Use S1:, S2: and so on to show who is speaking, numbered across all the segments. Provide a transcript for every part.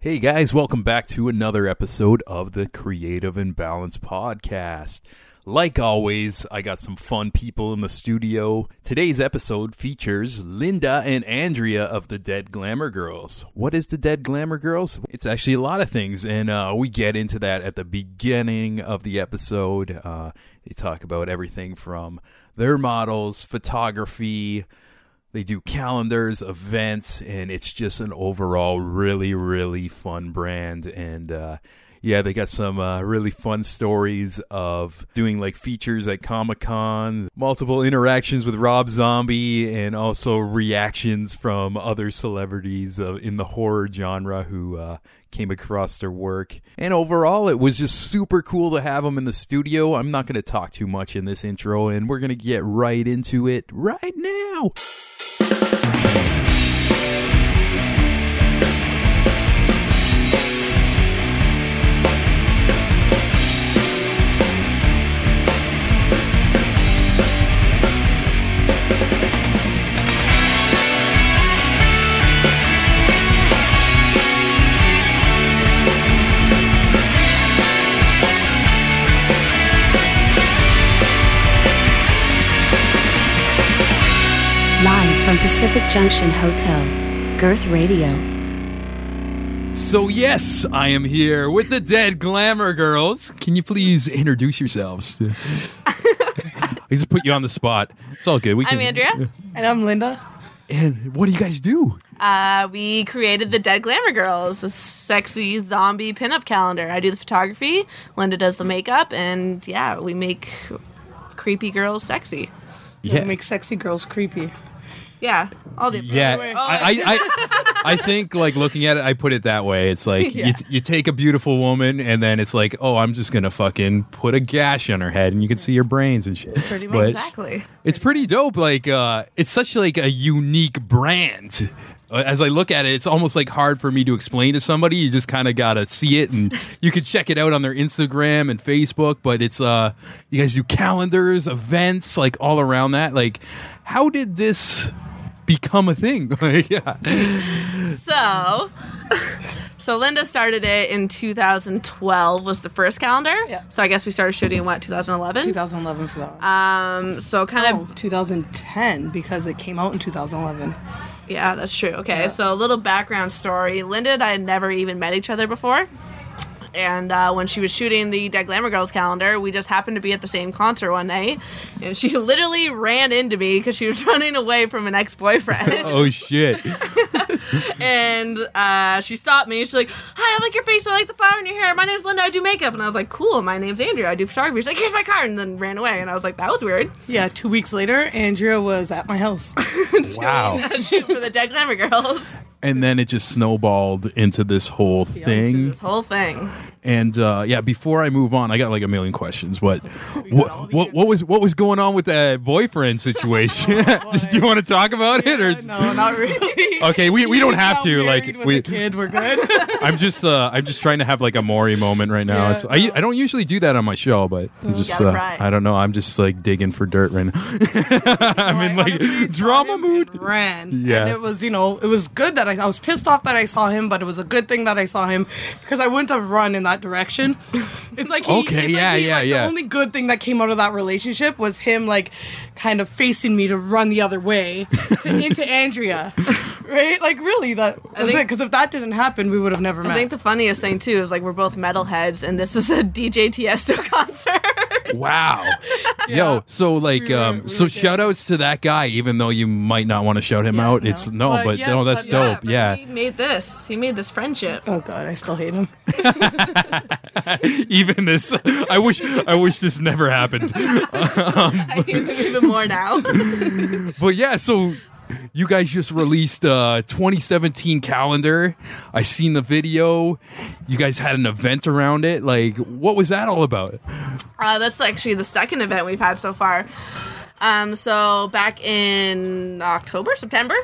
S1: Hey guys, welcome back to another episode of the Creative Imbalance Podcast. Like always, I got some fun people in the studio. Today's episode features Linda and Andrea of the Dead Glamour Girls. What is the Dead Glamour Girls? It's actually a lot of things, and uh, we get into that at the beginning of the episode. Uh, they talk about everything from their models, photography, they do calendars, events, and it's just an overall really, really fun brand. And uh, yeah, they got some uh, really fun stories of doing like features at Comic Con, multiple interactions with Rob Zombie, and also reactions from other celebrities uh, in the horror genre who uh, came across their work. And overall, it was just super cool to have them in the studio. I'm not going to talk too much in this intro, and we're going to get right into it right now.
S2: Live from Pacific Junction Hotel, Girth Radio.
S1: So, yes, I am here with the Dead Glamour Girls. Can you please introduce yourselves? I just put you on the spot. It's all good. We can,
S3: I'm Andrea.
S4: And I'm Linda.
S1: And what do you guys do?
S3: Uh, we created the Dead Glamour Girls, a sexy zombie pinup calendar. I do the photography, Linda does the makeup, and yeah, we make creepy girls sexy.
S4: Yeah. We make sexy girls creepy.
S3: Yeah, all the
S1: Yeah, I, I, I, I think like looking at it, I put it that way. It's like you,
S3: Yeah.
S1: t- you take a beautiful woman, and then it's like, oh, I'm just gonna fucking put a gash on her head, and you can see her brains and shit.
S4: Pretty
S1: But
S4: much.
S3: exactly.
S1: It's pretty dope. Like uh, it's such like a unique brand. Uh, As I look at it, it's almost like hard for me to explain to somebody. You just kind of gotta see it, and you can check it out on their Instagram and Facebook. But it's uh, you guys do calendars, events, like all around that. Like, how did this become a thing? Like, yeah.
S3: So, so Linda started it in 2012 was the first calendar.
S4: Yeah.
S3: So I guess we started shooting in, what 2011.
S4: 2011 for that one.
S3: Um, so kind
S4: No,
S3: of
S4: 2010 because it came out in 2011.
S3: yeah, that's true. Okay, so a little background story. Linda and I had never even met each other before. And uh, when she was shooting the Dead Glamour Girls calendar, we just happened to be at the same concert one night, and she literally ran into me because she was running away from an ex-boyfriend.
S1: Oh shit.
S3: and uh, she stopped me. She's like, "Hi, I like your face. I like the flower in your hair. My name's Linda. I do makeup." And I was like, "Cool. My name's Andrea. I do photography." She's like, "Here's my card," and then ran away. And I was like, "That was weird."
S4: Yeah, two weeks later, Andrea was at my house.
S1: Wow.
S3: Shoot for the Dead Glamour Girls.
S1: And then it just snowballed into this whole
S3: So
S1: thing.
S3: this whole thing.
S1: And uh, yeah, before I move on, I got like a million questions. What, what, what, what was what was going on with that boyfriend situation? Do you want to talk about it or?
S4: no, not really.
S1: Okay, we, we don't have
S4: Not
S1: to. Like
S4: married with
S1: we,
S4: a kid, we're good.
S1: I'm just uh, I'm just trying to have like a Maury moment right now.
S4: Yeah,
S1: It's- I I don't usually do that on my show, but I'm just
S3: gotta
S1: uh,
S3: cry.
S1: I don't know. I'm just like digging for dirt right now. I'm in like drama mood.
S4: Ran.
S1: Yeah.
S4: And it was, you know, it was good that I, I was pissed off that I saw him, but it was a good thing that I saw him because I wouldn't have run in that direction. It's like he,
S1: Okay,
S4: it's like
S1: yeah,
S4: he-
S1: yeah,
S4: like,
S1: yeah.
S4: The only good thing that came out of that relationship was him like kind of facing me to run the other way to, into Andrea, right? Like really, that was
S3: think-
S4: it. Because if that didn't happen, we would have never
S3: I
S4: met.
S3: think the funniest thing too is like we're both metalheads, and this is a DJ Tiesto concert.
S1: Wow. Yo, so like
S4: were-
S1: um
S4: we
S1: so
S4: were
S1: shout outs to that guy even though you might not want to shout him
S4: Yeah,
S1: out.
S4: no.
S1: It's no, but,
S4: But
S1: no
S4: yes,
S1: that's
S4: but
S1: dope.
S3: but
S1: Yeah.
S3: He made this. He made this friendship.
S4: oh god, I still hate him.
S1: even this I wish I wish this never happened.
S3: I hate him even more now.
S1: but yeah, so you guys just released uh 2017 calendar. I seen the video. You guys had an event around it. Like what was that all about?
S3: Uh, that's actually the second event we've had so far. Um, so back in October, September,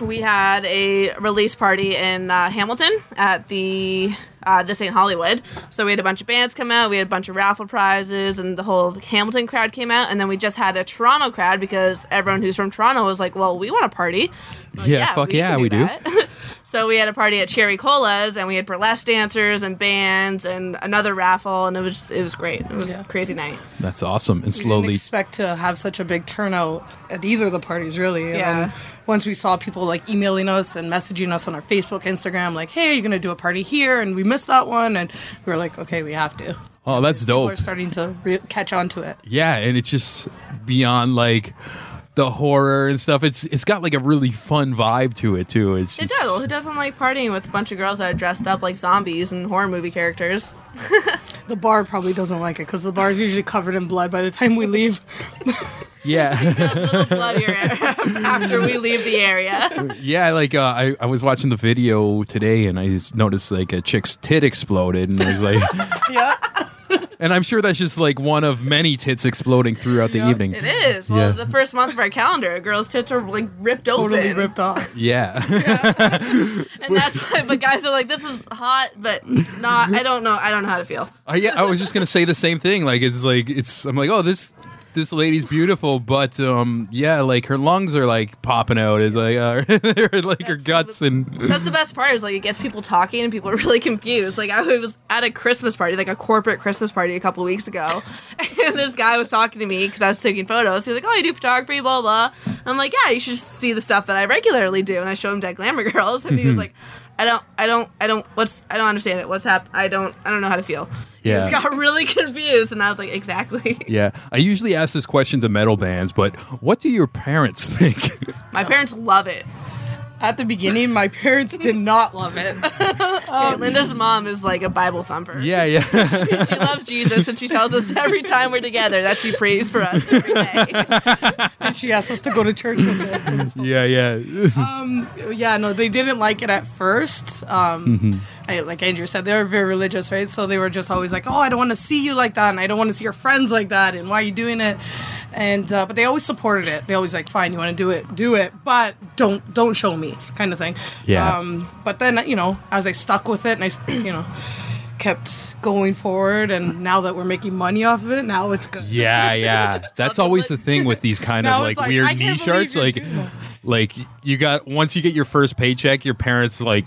S3: we had a release party in uh, Hamilton at the uh, This Ain't Hollywood. So we had a bunch of bands come out, we had a bunch of raffle prizes, and the whole Hamilton crowd came out. And then we just had a Toronto crowd because everyone who's from Toronto was like, "Well, we want a party." We're like,
S1: Yeah, fuck yeah, we do."
S3: that." So we had a party at Cherry Cola's, and we had burlesque dancers and bands and another raffle, and it was it was great. It was
S4: Yeah.
S3: a crazy night.
S1: That's awesome. And
S4: We didn't
S1: slowly,
S4: expect to have such a big turnout at either of the parties, really. And
S3: Yeah.
S4: then once we saw people like emailing us and messaging us on our Facebook, Instagram, like, "Hey, you're gonna do a party here," and we missed that one, and we were like, "Okay, we have to."
S1: oh, that's dope.
S4: We're starting to re- catch on to it.
S1: yeah and it's just beyond like the horror and stuff it's it's got like a really fun vibe to it too it's
S3: It
S1: just,
S3: does. Who doesn't like partying with a bunch of girls that are dressed up like zombies and horror movie characters?
S4: The bar probably doesn't like it because the bar is usually covered in blood by the time we leave.
S1: yeah
S3: A little bloodier after we leave the area.
S1: yeah like uh, I, I was watching the video today and i just noticed like a chick's tit exploded and i was like
S4: yeah.
S1: and i'm sure that's just like one of many tits exploding throughout the evening
S3: It is. Well,
S1: Yeah.
S3: the first month of our calendar, a girls' tits are like ripped open.
S4: Totally ripped off.
S1: yeah
S3: And that's why, but guys are like, this is hot, but not, I don't know, I don't know how to feel.
S1: I, yeah i was just gonna say the same thing like it's like it's i'm like oh this this lady's beautiful, but um, yeah, like her lungs are like popping out. It's like uh, like her
S3: That's-
S1: guts and
S3: That's the best part is like, it gets people talking and people are really confused. Like, I was at a Christmas party, like a corporate Christmas party a couple weeks ago, and this guy was talking to me because I was taking photos. He's like, oh, you do photography, blah, blah. I'm like, yeah, you should see the stuff that I regularly do. And I showed him Dead Glamour Girls, and he
S1: Mm-hmm.
S3: was like, I don't, I don't, I don't, what's, I don't understand it. What's happened? I don't, I don't know how to feel.
S1: yeah.
S3: He just got really confused, and I was like, exactly.
S1: Yeah, I usually ask this question to metal bands, but what do your parents think?
S3: My parents love it.
S4: At the beginning, my parents did not love it.
S3: Linda's mom is like a Bible thumper.
S1: Oh. yeah, yeah.
S3: She loves Jesus and she tells us every time we're together that she prays for us every day.
S4: and she asked us to go to church with it.
S1: yeah, yeah.
S4: yeah, no, they didn't like it at first. Um,
S1: Mm-hmm.
S4: I, like Andrew said, they were very religious, right? So they were just always like, "Oh, I don't want to see you like that, and I don't want to see your friends like that, and why are you doing it?" And uh, but they always supported it. They always like, "Fine, you want to do it, do it, but don't don't show me," kind of thing.
S1: Yeah.
S4: Um, but then you know, as I stuck with it, and I s- you know kept going forward, and now that we're making money off of it, now it's good.
S1: Yeah, yeah. That's always the thing with these kind
S4: Now
S1: of
S4: it's
S1: like,
S4: like, I
S1: weird
S4: can't
S1: niche
S4: believe
S1: arts.
S4: you're
S1: Like,
S4: doing that.
S1: like you got once you get your first paycheck, your parents like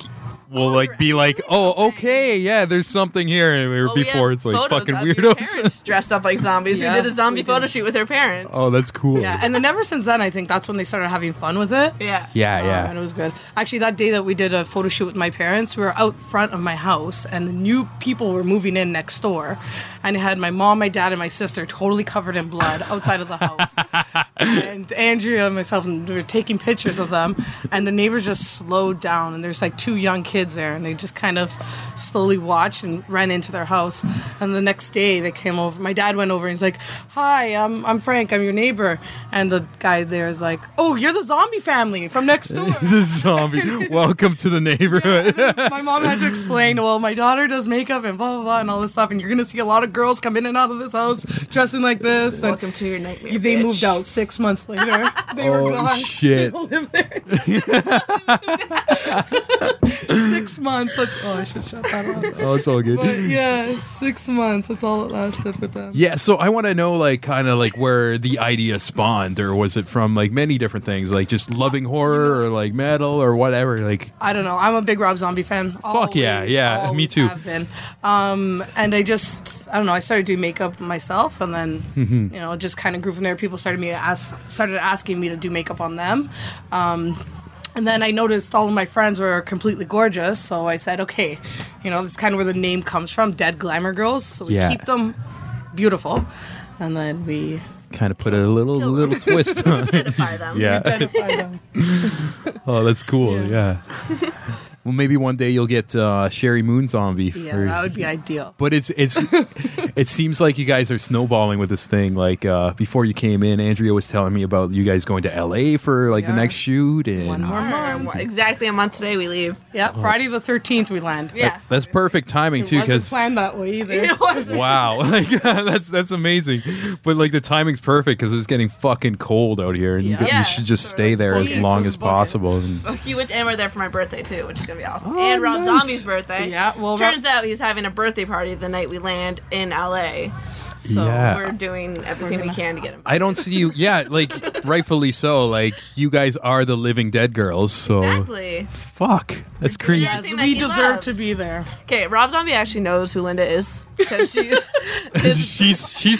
S1: will like be like, oh, okay, yeah, there's something here. And where
S4: Oh,
S3: Well, we
S1: before
S3: have
S1: it's like
S3: photos
S1: fucking
S3: of your
S1: weirdos.
S3: parents dressed up like zombies.
S4: Yeah,
S3: we did a zombie
S4: we did.
S3: photo shoot with their parents.
S1: oh, that's cool.
S4: Yeah, and then ever since then, I think that's when they started having fun with it.
S3: yeah.
S1: yeah,
S4: Um,
S1: yeah.
S4: and it was good. Actually, that day that we did a photo shoot with my parents, we were out front of my house, and new people were moving in next door, and I had my mom, my dad, and my sister totally covered in blood outside of the house, and Andrea and myself and we were taking pictures of them, and the neighbors just slowed down, and there's like two young kids there, and they just kind of slowly watched and ran into their house, and the next day they came over. My dad went over and he's like, "Hi, I'm I'm Frank, I'm your neighbor," and the guy there is like, "Oh, you're the zombie family from next door."
S1: the zombie. Welcome to the neighborhood.
S4: my mom had to explain, well, my daughter does makeup and blah blah blah and all this stuff, and you're gonna see a lot of girls come in and out of this house dressing like this. And
S3: Welcome to your nightmare.
S4: they
S3: bitch.
S4: moved out six months later. They
S1: Oh,
S4: were gone. They
S1: shit.
S4: don't live there. six months. That's oh, I should shut that off.
S1: oh, it's all good.
S4: But yeah, six months. That's all it lasted with them.
S1: Yeah, so I want to know, like, kind of like where the idea spawned, or was it from like many different things, like just loving horror or like metal or whatever? Like,
S4: I don't know. I'm a big Rob Zombie fan. Fuck
S1: yeah, yeah, me too.
S4: Have been. Um, and I just, I don't know. I started doing makeup myself, and then
S1: Mm-hmm.
S4: you know, just kind of grew from there. People started me to ask, started asking me to do makeup on them. Um, and then I noticed all of my friends were completely gorgeous, so I said, okay, you know, that's kind of where the name comes from, Dead Glamour Girls. So we
S1: Yeah.
S4: keep them beautiful, and then we
S1: kind of put a little
S3: Kill them.
S1: little twist on it.
S3: Identify them.
S1: Yeah.
S4: identify them.
S1: Oh, that's cool. Yeah. well, maybe one day you'll get uh, Sherry Moon Zombie.
S4: Yeah,
S1: for-
S4: that would be ideal.
S1: but it's it's it seems like you guys are snowballing with this thing. Like uh, before you came in, Andrea was telling me about you guys going to L.A. for like the
S4: Yeah.
S1: next shoot, and
S4: One more month.
S3: Exactly a month today we leave.
S4: Yeah, Friday the 13th we land.
S3: Yeah.
S1: that's perfect timing too,
S4: It wasn't
S1: because
S4: planned that way either.
S3: It was-
S1: Wow, like that's that's amazing, but like the timing's perfect because it's getting fucking cold out here, and you
S4: Yeah.
S1: you should just
S3: Yeah,
S1: stay there
S4: so
S1: as
S4: it's
S1: long
S4: just
S1: as
S4: book it.
S1: possible. And
S3: You went and were there for my birthday too, which is gonna be awesome.
S1: Oh,
S3: and Rob
S1: nice.
S3: Zombie's birthday.
S4: Yeah, well, Rob-
S3: turns out he's having a birthday party the night we land in LA. So
S1: Yeah.
S3: we're doing everything we can to get him.
S1: Uh, I don't see you. Yeah, like rightfully so. Like you guys are the living dead girls. So
S3: Exactly.
S1: fuck, that's crazy.
S3: Yes. Thing that
S4: we
S3: he
S4: deserve
S3: loves.
S4: to be there.
S1: Oh,
S3: Okay, Rob Zombie actually knows who Linda is because she's
S1: She's she's she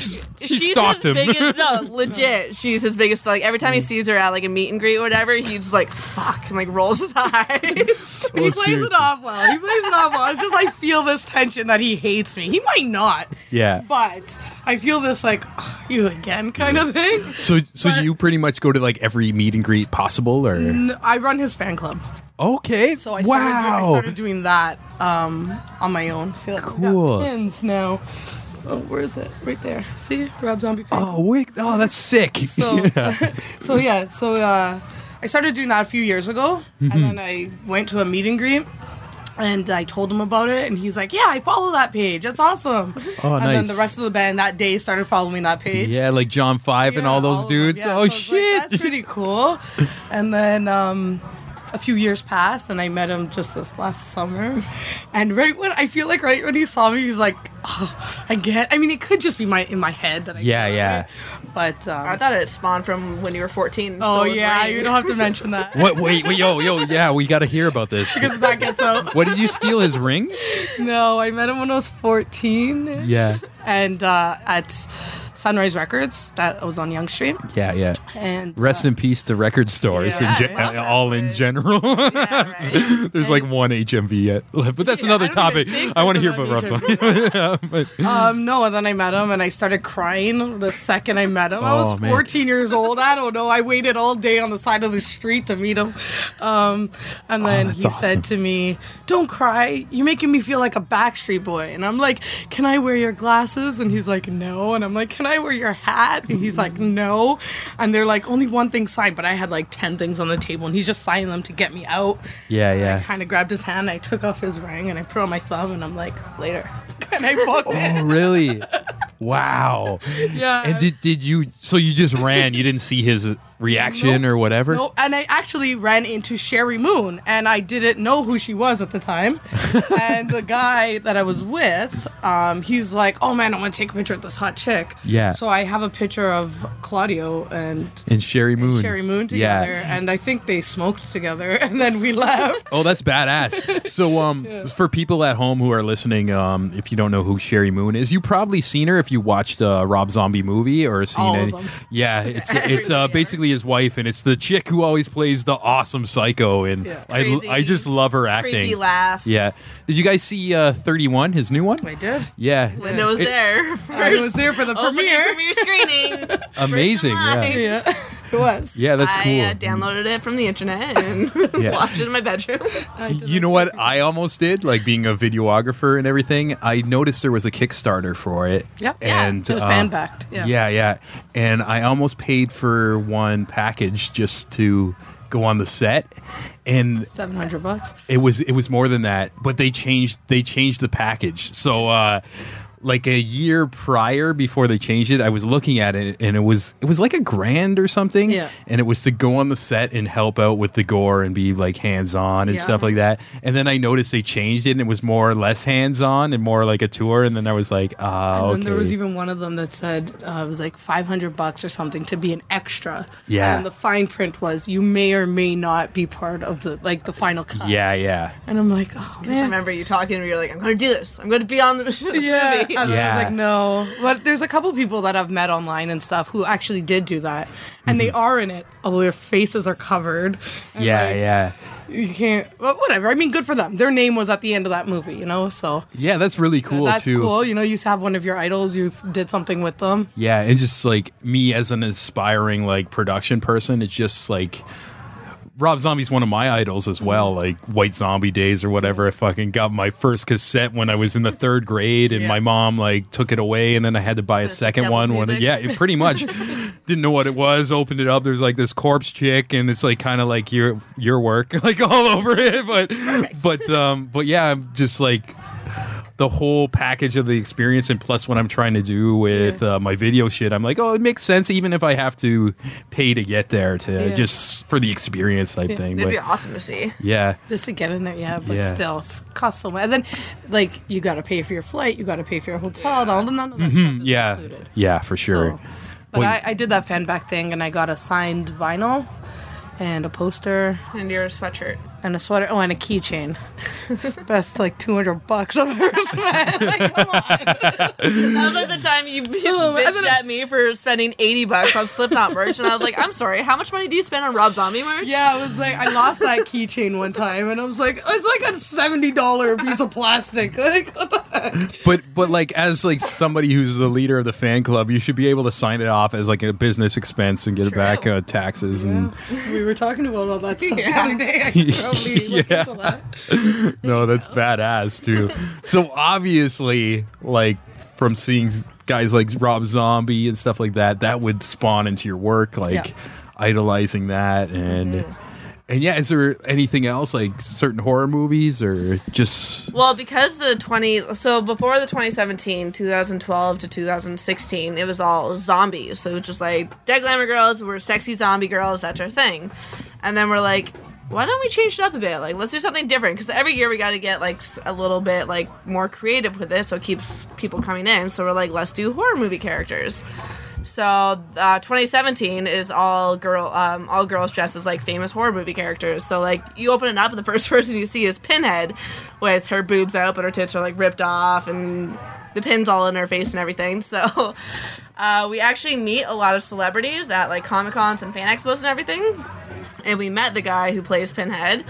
S3: she's
S1: stalked him.
S3: his
S1: Mm.
S3: biggest no, legit. She's his biggest like every time he sees her at like a meet and greet or whatever, he's just like fuck and like rolls his eyes.
S4: he
S1: Oh,
S4: plays
S1: seriously.
S4: it off well. He plays it off well. It's just I feel this tension that he hates me. He might not,
S1: Yeah.
S4: but I feel this like "Ugh, you again kind of thing.
S1: So so
S4: But-
S1: you pretty much go to like every meet and greet possible, or
S4: N- I run his fan club,
S1: okay.
S4: so
S1: wow.
S4: I started, do- I started doing that um, on my own. See, like, we got
S1: Cool.
S4: pins now. Oh, where is it? Right there. See, Rob Zombie. fan
S1: oh wait. Oh, that's sick.
S4: So, so yeah, so uh, I started doing that a few years ago,
S1: Mm-hmm.
S4: and then I went to a meet and greet. And I told him about it, and he's like, "Yeah, I follow that page. That's awesome."
S1: Oh,
S4: and then
S1: nice.
S4: the rest of the band that day started following that page.
S1: yeah, like John Five and
S4: Yeah,
S1: all those
S4: of them.
S1: dudes.
S4: Yeah, so I
S1: oh
S4: was like,
S1: shit.
S4: That's pretty cool. And then um, a few years passed, and I met him just this last summer. And right when I feel like right when he saw me, he's like, oh, "I get." I mean, it could just be my in my head that I.
S1: Yeah,
S4: feel
S1: yeah.
S4: that way. But um,
S3: I thought it spawned from when you were fourteen. And
S4: Oh
S3: stole his
S4: yeah,
S3: ring.
S4: you don't have to mention that
S1: what? Wait, wait. Yo, yo. Yeah, we got to hear about this.
S4: because that gets out.
S1: What did you steal his ring?
S4: No, I met him when I was fourteen, -ish,
S1: Yeah.
S4: and uh, at Sunrise Records that was on Young Street,
S1: Yeah, yeah.
S4: and
S1: Rest
S4: uh,
S1: in peace to record stores
S3: Yeah,
S1: in ge-
S3: I love that
S1: all in
S3: place.
S1: general.
S3: Yeah, right.
S1: There's like one HMV yet left, but that's
S4: Yeah,
S1: another
S4: I don't
S1: topic.
S4: even think
S1: I want to hear
S4: there's
S1: about Rob Zombie.
S4: another
S1: yeah, but-
S4: um, no, and then I met him and I started crying the second I met him. I
S1: Oh,
S4: was
S1: man.
S4: fourteen years old. I don't know. I waited all day on the side of the street to meet him, um, and then
S1: Oh, that's
S4: he said
S1: awesome.
S4: to me, "Don't cry. You're making me feel like a Backstreet Boy." And I'm like, "Can I wear your glasses?" And he's like, "No." And I'm like, "Can I wear your hat?" And he's like, "No." And they're like, "Only one thing signed," but I had like ten things on the table, and he's just signing them to get me out.
S1: yeah,
S4: And I
S1: yeah.
S4: kind of grabbed his hand. I took off his ring and I put it on my thumb, and I'm like, later. And I booked it.
S1: Oh, really? Wow.
S4: Yeah.
S1: And did did you? So you just ran? You didn't see his reaction or whatever?
S4: no, and I actually ran into Sherry Moon, and I didn't know who she was at the time. and the guy that I was with, um, he's like, "Oh man, I want to take a picture with this hot chick."
S1: Yeah.
S4: So I have a picture of Claudio and
S1: And Sherry Moon.
S4: Sherry Moon together,
S1: Yeah.
S4: and I think they smoked together, and then we left.
S1: Oh, that's badass. So, um, for people at home who are listening, um, if you don't know who Sherry Moon is, you probably seen her if you watched a Rob Zombie movie or seen
S4: All of
S1: any-
S4: them.
S1: Yeah, it's it's uh, basically his wife, and it's the chick who always plays the awesome psycho, and
S4: Yeah.
S1: I, I
S3: Crazy.
S1: just love her acting.
S3: creepy laugh.
S1: Yeah. Did you guys see uh, Thirty One, his new one?
S4: I did.
S1: Yeah,
S3: Linda was
S1: It-
S3: there.
S4: I was there for the
S1: Oh,
S3: Opening
S4: premiere.
S3: premiere screening.
S1: Amazing.
S3: First
S1: Yeah.
S3: time.
S4: Yeah, it was.
S1: Yeah, that's
S3: I
S1: cool. Mm.
S3: uh, downloaded it from the internet and
S1: Yeah.
S3: watched it in my bedroom.
S1: you know what I almost did, like being a videographer and everything. I noticed there was a Kickstarter for it.
S4: Yeah.
S3: Yeah,
S1: and
S4: To the
S1: uh,
S4: fan backed. Yeah.
S1: Yeah. yeah, And I almost paid for one package just to go on the set, and
S4: Seven hundred bucks.
S1: it was it was more than that. But they changed they changed the package. So uh, like a year prior, before they changed it, I was looking at it, and it was it was like a grand or something.
S4: Yeah.
S1: And it was to go on the set and help out with the gore and be like hands on and
S4: Yeah.
S1: stuff like that. And then I noticed they changed it, and it was more or less hands on and more like a tour. And then I was like, ah,
S4: And
S1: okay.
S4: then there was even one of them that said uh, it was like 500 bucks or something to be an extra.
S1: Yeah.
S4: And then the fine print was you may or may not be part of the like the final cut.
S1: yeah, yeah.
S4: And I'm like, oh
S3: I
S4: man.
S3: remember you talking and you're like, I'm going to do this. I'm going to be on the the
S4: Yeah. And
S3: movie.
S4: then I
S1: Yeah.
S4: was like, no. But there's a couple people that I've met online and stuff who actually did do that, and they
S1: Mm-hmm.
S4: are in it. Although their faces are covered. And,
S1: Yeah,
S4: like,
S1: yeah.
S4: You can't. Well, whatever. I mean, good for them. Their name was at the end of that movie, you know. So
S1: Yeah, that's really cool
S4: that's
S1: too.
S4: cool. You know, you have one of your idols. You did something with them.
S1: Yeah, and just like me as an aspiring like production person, it's just like Rob Zombie's one of my idols as well, like White Zombie Days or whatever. I fucking got my first cassette when I was in the third grade, and
S4: Yeah.
S1: my mom like took it away, and then I had to buy a
S3: it's
S1: second
S3: devil's
S1: one. When it,
S3: music?
S1: yeah, it pretty much didn't know what it was. Opened it up, there's like this corpse chick, and it's like kind of like your your work, like all over it. But but um but yeah, I'm just like. The the whole package of the experience and plus what I'm trying to do with uh, my video shit, I'm like, oh, it makes sense even if I have to pay to get there to
S4: Yeah.
S1: just for the experience type thing.
S3: It'd
S1: But
S3: be awesome to see.
S1: yeah,
S4: Just to get in there, yeah, but
S1: Yeah.
S4: still, it's cost so much. And then, like, you got to pay for your flight, you got to pay for your hotel, all the none of that stuff is
S1: yeah,
S4: included.
S1: yeah, for sure.
S4: So, but
S1: Mm-hmm. Well,
S4: I, I did that fan back thing, and I got a signed vinyl, and a poster,
S3: And your sweatshirt.
S4: and a sweater. Oh, and a keychain. That's like two hundred bucks I've ever spent. Like, come on.
S3: How about the time you bitched at me for spending 80 bucks on Slipknot merch? And I was like, I'm sorry, how much money do you spend on Rob Zombie merch?
S4: Yeah, I was like, I lost that keychain one time, and I was like, it's like a seventy dollar piece of plastic. Like, what the heck?
S1: but but like as like somebody who's the leader of the fan club, you should be able to sign it off as like a business expense and get it back uh, taxes and
S4: We were talking about all that stuff
S3: Yeah.
S4: the other day. I should probably look
S1: Yeah.
S4: into that.
S1: no, that's badass too. So obviously, like from seeing s- guys like Rob Zombie and stuff like that, that would spawn into your work, like
S4: Yeah.
S1: idolizing that and. And yeah, is there anything else like certain horror movies or just
S3: Well, because the 20 so before the 2017, 2012 to 2016, it was all zombies. So it was just like dead glamour girls, we're sexy zombie girls, that's our thing. And then we're like, why don't we change it up a bit? Like, let's do something different because every year we got to get like s- a little bit like more creative with it, so it keeps people coming in. So we're like, let's do horror movie characters. So uh, 2017 is all girl, um, all girls dressed as like famous horror movie characters. So like you open it up, and the first person you see is Pinhead, with her boobs out, but her tits are like ripped off, and the pins all in her face and everything. So uh, we actually meet a lot of celebrities at like comic cons and fan expos and everything. And we met the guy who plays Pinhead.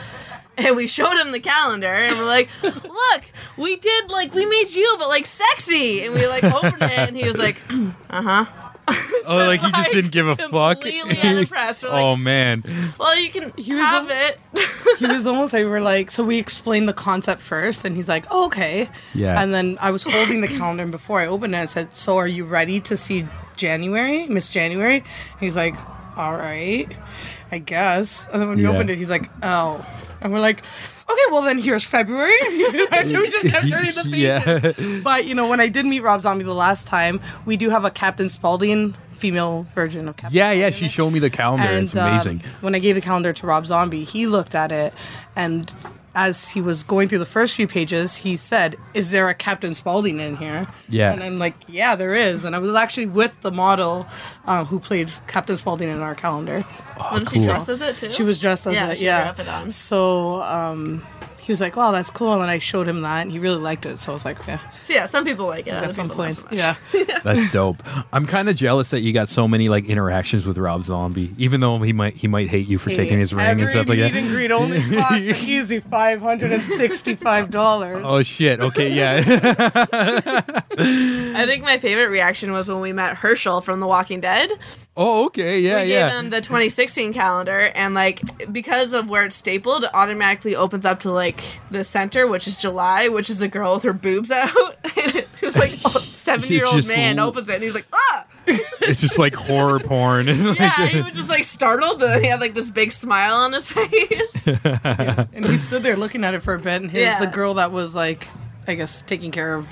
S3: And we showed him the calendar, and we're like, "Look, we did like we made you, but like sexy." And we like opened it, and he was like, "Uh huh."
S1: oh like he just didn't give a fuck
S3: completely unimpressed. We're like,
S1: oh man
S3: Well, you can
S4: was
S3: have
S4: al-
S3: it.
S4: he was almost like we were like so we explained the concept first and he's like oh, okay
S1: Yeah.
S4: and then i was holding the calendar and before i opened it i said so are you ready to see january miss january he's like all right i guess and then when we
S1: Yeah.
S4: opened it he's like oh and we're like okay well then here's february and we just kept turning the pages
S1: Yeah.
S4: but you know when i did meet rob zombie the last time we do have a captain spaulding female version of captain
S1: yeah yeah she showed me the calendar it's
S4: um,
S1: amazing
S4: when I gave the calendar to Rob Zombie, he looked at it and as he was going through the first few pages, he said, Is there a Captain Spaulding in here?
S1: Yeah.
S4: And I'm like, Yeah, there is. And I was actually with the model uh, who played Captain Spaulding in our calendar.
S3: Wasn't
S1: cool.
S3: she dressed as it too?
S4: She was dressed as
S3: Yeah,
S4: it,
S3: she
S4: yeah.
S3: had her outfit on.
S4: So um, he was like, Wow, that's cool. And I showed him that and he really liked it. So I was like, Yeah,
S3: Yeah, some people like it.
S4: at some point.
S3: yeah.
S4: Yeah.
S1: That's dope. I'm kind of jealous that you got so many like interactions with Rob Zombie, even though he might he might hate you for taking his ring and
S4: Every
S1: stuff like
S4: meet
S1: that.
S4: and greet only cost an easy five hundred and sixty-five dollars.
S1: Oh shit! Okay, yeah,
S3: I think my favorite reaction was when we met Herschel from The Walking Dead.
S1: oh okay, yeah,
S3: we
S1: yeah.
S3: gave him the 2016 calendar, and like because of where it's stapled, it automatically opens up to like the center, which is July, which is a girl with her boobs out. and it's like a 70 year old
S1: just
S3: man
S1: l-
S3: opens it, and he's like, ah.
S1: It's just like horror porn. And, like,
S3: Yeah, he was just like startled, but then he had like this big smile on his face.
S4: And he stood there looking at it for a bit, and his,
S3: Yeah.
S4: the girl that was like, I guess, taking care of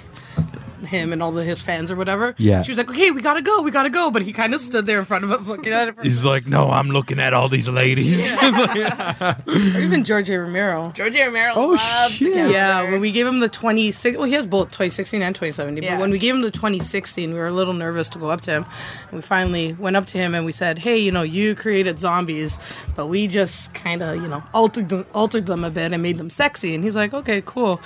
S4: him and all the, his fans or whatever.
S1: Yeah.
S4: She was like, "Okay, we gotta go, we gotta go," but he kind of stood there in front of us looking at it. For,
S1: He's like, no, I'm looking at all these ladies. It's like-
S4: or even George A. Romero.
S3: Georgia Romero
S1: Oh,
S3: loves the
S1: shit.
S3: calendar.
S4: Yeah, when we gave him the 26, well, he has both 2016 and 2017.
S3: Yeah.
S4: But when we gave him the 2016, we were a little nervous to go up to him. And we finally went up to him and we said, "Hey, you know, you created zombies, but we just kind of, you know, altered them, altered them a bit and made them sexy." And he's like, "Okay, cool."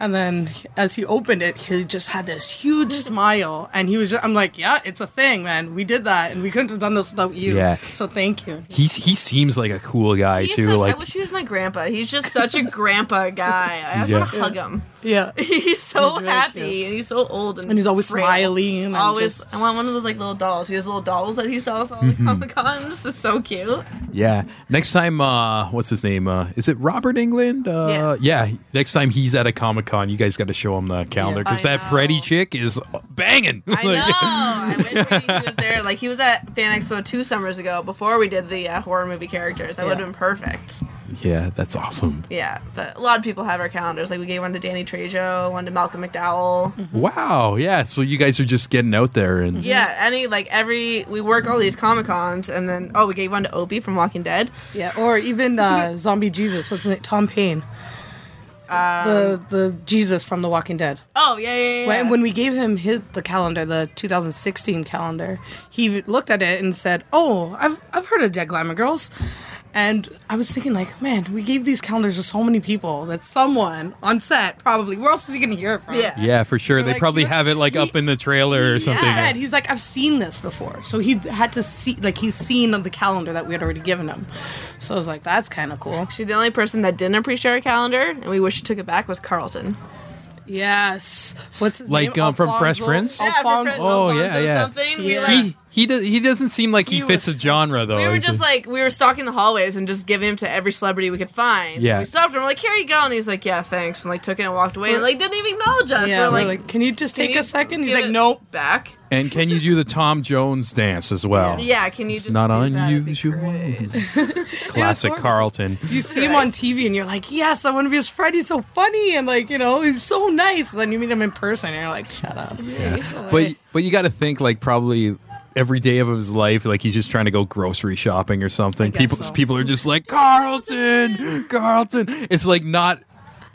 S4: And then as he opened it, he just had this huge smile, and he was. Just, I'm like, "Yeah, it's a thing, man. We did that, and we couldn't have done this without you.
S1: Yeah.
S4: So thank you."
S1: He's he seems like a cool guy
S3: He's
S1: too.
S3: such,
S1: like,
S3: I wish he was my grandpa. He's just such a grandpa guy. I just
S1: Yeah.
S3: want to hug him.
S4: Yeah.
S3: He's so
S4: He's really
S3: happy
S4: cute.
S3: and he's so old and,
S4: And he's always
S3: frail.
S4: smiling. and
S3: Always,
S4: just-
S3: I want one of those like little dolls. He has little dolls that he sells on
S1: Mm-hmm.
S3: the comic cons. It's so cute.
S1: yeah. Next time, uh, what's his name? Uh, is it Robert England? Uh, yeah. Next time he's at a comic con, you guys got to show him the calendar because
S3: I
S1: that
S3: know.
S1: Freddy chick is banging.
S3: I know. I wish he was there. Like he was at Fan Expo two summers ago before we did the uh, horror movie characters. That would have been perfect.
S1: Yeah, that's awesome.
S3: Yeah, but a lot of people have our calendars. Like we gave one to Danny Trejo, one to Malcolm McDowell.
S1: Wow. Yeah. So you guys are just getting out there and
S3: Yeah, any like every we work all these comic cons, and then oh, we gave one to Opie from Walking Dead.
S4: Yeah, or even uh, Zombie Jesus. What's his name? Tom Payne. the the Jesus from The Walking Dead.
S3: Oh yeah, yeah, Um, yeah.
S4: When, when we gave him his the calendar, the 2016 calendar, he looked at it and said, "Oh, I've I've heard of Dead Glamour Girls," and I was thinking like, "Man, we gave these calendars to so many people that someone on set probably where else is he gonna hear it from?"
S3: yeah.
S1: Yeah, for sure. They
S4: like,
S1: probably
S4: he-
S1: have it like
S4: he-
S1: up in the trailer or something.
S4: said he's like I've seen this before, so he had to see like he's seen on the calendar that we had already given him. So I was like, that's kind of cool.
S3: Actually, the only person that didn't appreciate our calendar, and we wish she took it back, was Carlton.
S4: Yes, what's his
S1: Like,
S4: name?
S1: um, from Fresh
S4: Alfonso-
S1: Prince?
S3: Yeah, from
S4: Alfonso-
S3: Fred
S1: Oh,
S3: Alphonse
S1: yeah,
S3: or
S1: yeah.
S3: Something. We,
S4: Yeah.
S3: like,
S1: He he does he doesn't seem like he,
S4: He
S1: fits
S4: was-
S1: a genre though.
S3: we were
S1: He's
S3: just like we were stalking the hallways and just giving him to every celebrity we could find.
S1: Yeah.
S3: We stopped him. We're like, here you go, and he's like, yeah, thanks, and like took it and walked away, and like didn't even acknowledge us.
S4: Yeah,
S3: we're like,
S4: can you just
S3: "Can
S4: take
S3: you
S4: a second? He's
S3: give
S4: like,
S3: it
S4: nope.
S3: back.
S1: and can you do the Tom Jones dance as well?
S3: Yeah, can you just
S1: not
S3: do that? It'd be
S1: unusual.
S3: great.
S1: Classic
S4: horrible.
S1: Carlton.
S4: You see him on TV and you're like, yes, I want to be his friend. He's so funny and like, you know, he's so nice. And then you meet him in person and you're like, shut up.
S1: But but you got to think like probably every day of his life like he's just trying to go grocery shopping or something.
S4: guess
S1: People
S4: so.
S1: people are just like Carlton, Carlton. It's like not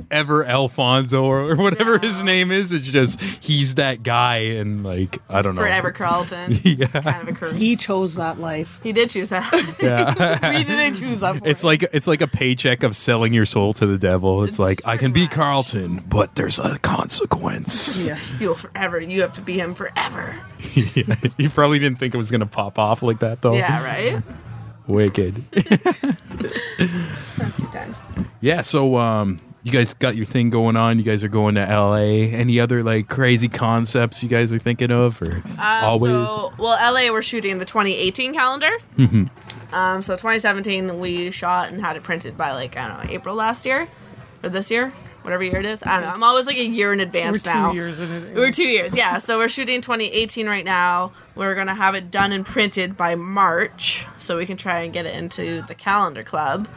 S1: ever Alfonso or, or whatever his name is. It's just he's that guy and like I don't know.
S3: Forever Carlton. yeah. Kind of a curse.
S4: He
S3: He,
S4: chose that life.
S3: did choose that.
S1: Yeah.
S4: We didn't choose that. For
S1: It's like it's like a paycheck of selling your soul to the devil. It's,
S3: It's
S1: like I can be
S3: pretty much.
S1: Carlton, but there's a consequence.
S4: yeah.
S3: You'll forever. You have to be him forever.
S1: Yeah. You probably didn't think it was gonna pop off like that though.
S3: Yeah, right?
S1: Wicked.
S3: Sometimes.
S1: yeah, so um you guys got your thing going on. You guys are going to LA. Any other like crazy concepts you guys are thinking of or
S4: Uh,
S1: always?
S3: Um, So, well, LA, we're shooting the 2018 calendar. Um, so 2017, we shot and had it printed by like I don't know April last year or this year, whatever year it is. I don't know. I'm always like a year in
S4: We're
S3: advance
S4: two
S3: now.
S4: years in it.
S3: We're two years, yeah. So we're shooting 2018 right now. We're gonna have it done and printed by March, so we can try and get it into the calendar club.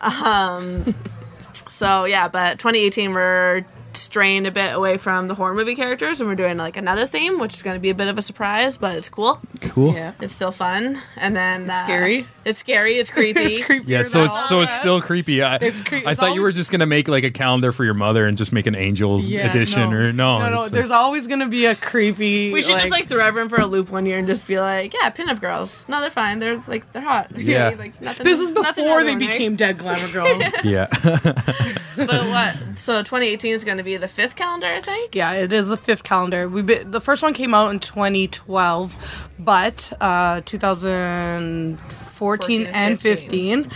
S3: Um, so yeah, but 2018 we're straying a bit away from the horror movie characters, and we're doing like another theme, which is gonna be a bit of a surprise, but it's cool.
S1: cool.
S4: yeah.
S3: It's still fun, and then it's
S4: scary.
S3: It's scary. It's creepy.
S4: It's creepy.
S1: Yeah, so it's so it's still creepy. I,
S4: It's cre-
S1: I
S4: it's
S1: thought you were
S4: always-
S1: just gonna make like a calendar for your mother and just make an angel edition or no?
S4: No, no.
S1: it's-
S4: There's always going to be a creepy.
S3: We should just like throw everyone for a loop one year and just be like, yeah, pinup girls. No, they're fine. They're like they're hot. They're
S1: Yeah.
S3: pretty, like nothing.
S4: This is
S3: nothing
S4: before they
S3: otherworldly.
S4: became dead glamour girls.
S1: yeah.
S3: But what? So 2018 is going to be the fifth calendar, I think.
S4: Yeah, it is the fifth calendar. We be, the first one came out in 2012, but uh, 2014
S3: 14 and
S4: and
S3: 15.
S4: 15.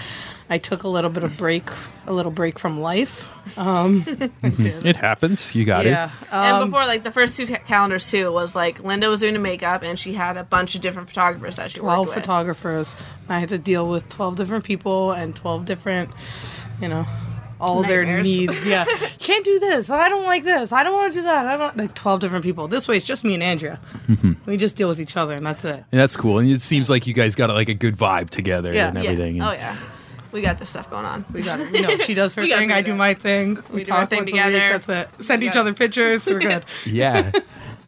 S4: I took a little bit of break, a little break from life.
S1: It happens. You got
S4: Yeah, uh,
S1: it.
S3: and before, like the first two ca- calendars too was like Linda was doing the makeup, and she had a bunch of different photographers that she
S4: 12
S3: worked with.
S4: photographers. I had to deal with 12 different people and 12 different, you know, all their
S3: Nightmares.
S4: needs. Yeah, can't do this. I don't like this. I don't want to do that. I don't like 12 different people. This way, it's just me and Andrea.
S1: Mm-hmm.
S4: We just deal with each other, and that's it.
S1: And that's cool. And it seems like you guys got like a good vibe together
S4: Yeah.
S1: and
S4: Yeah.
S1: everything.
S3: Yeah. Oh yeah, we got this stuff going on.
S4: We got it. We know she does her
S3: We got
S4: thing. I
S3: it.
S4: do my thing. We,
S3: do our
S4: talk
S3: thing
S4: once a
S3: together.
S4: week. That's it. Send each
S3: got it.
S4: other pictures. We're good.
S1: yeah.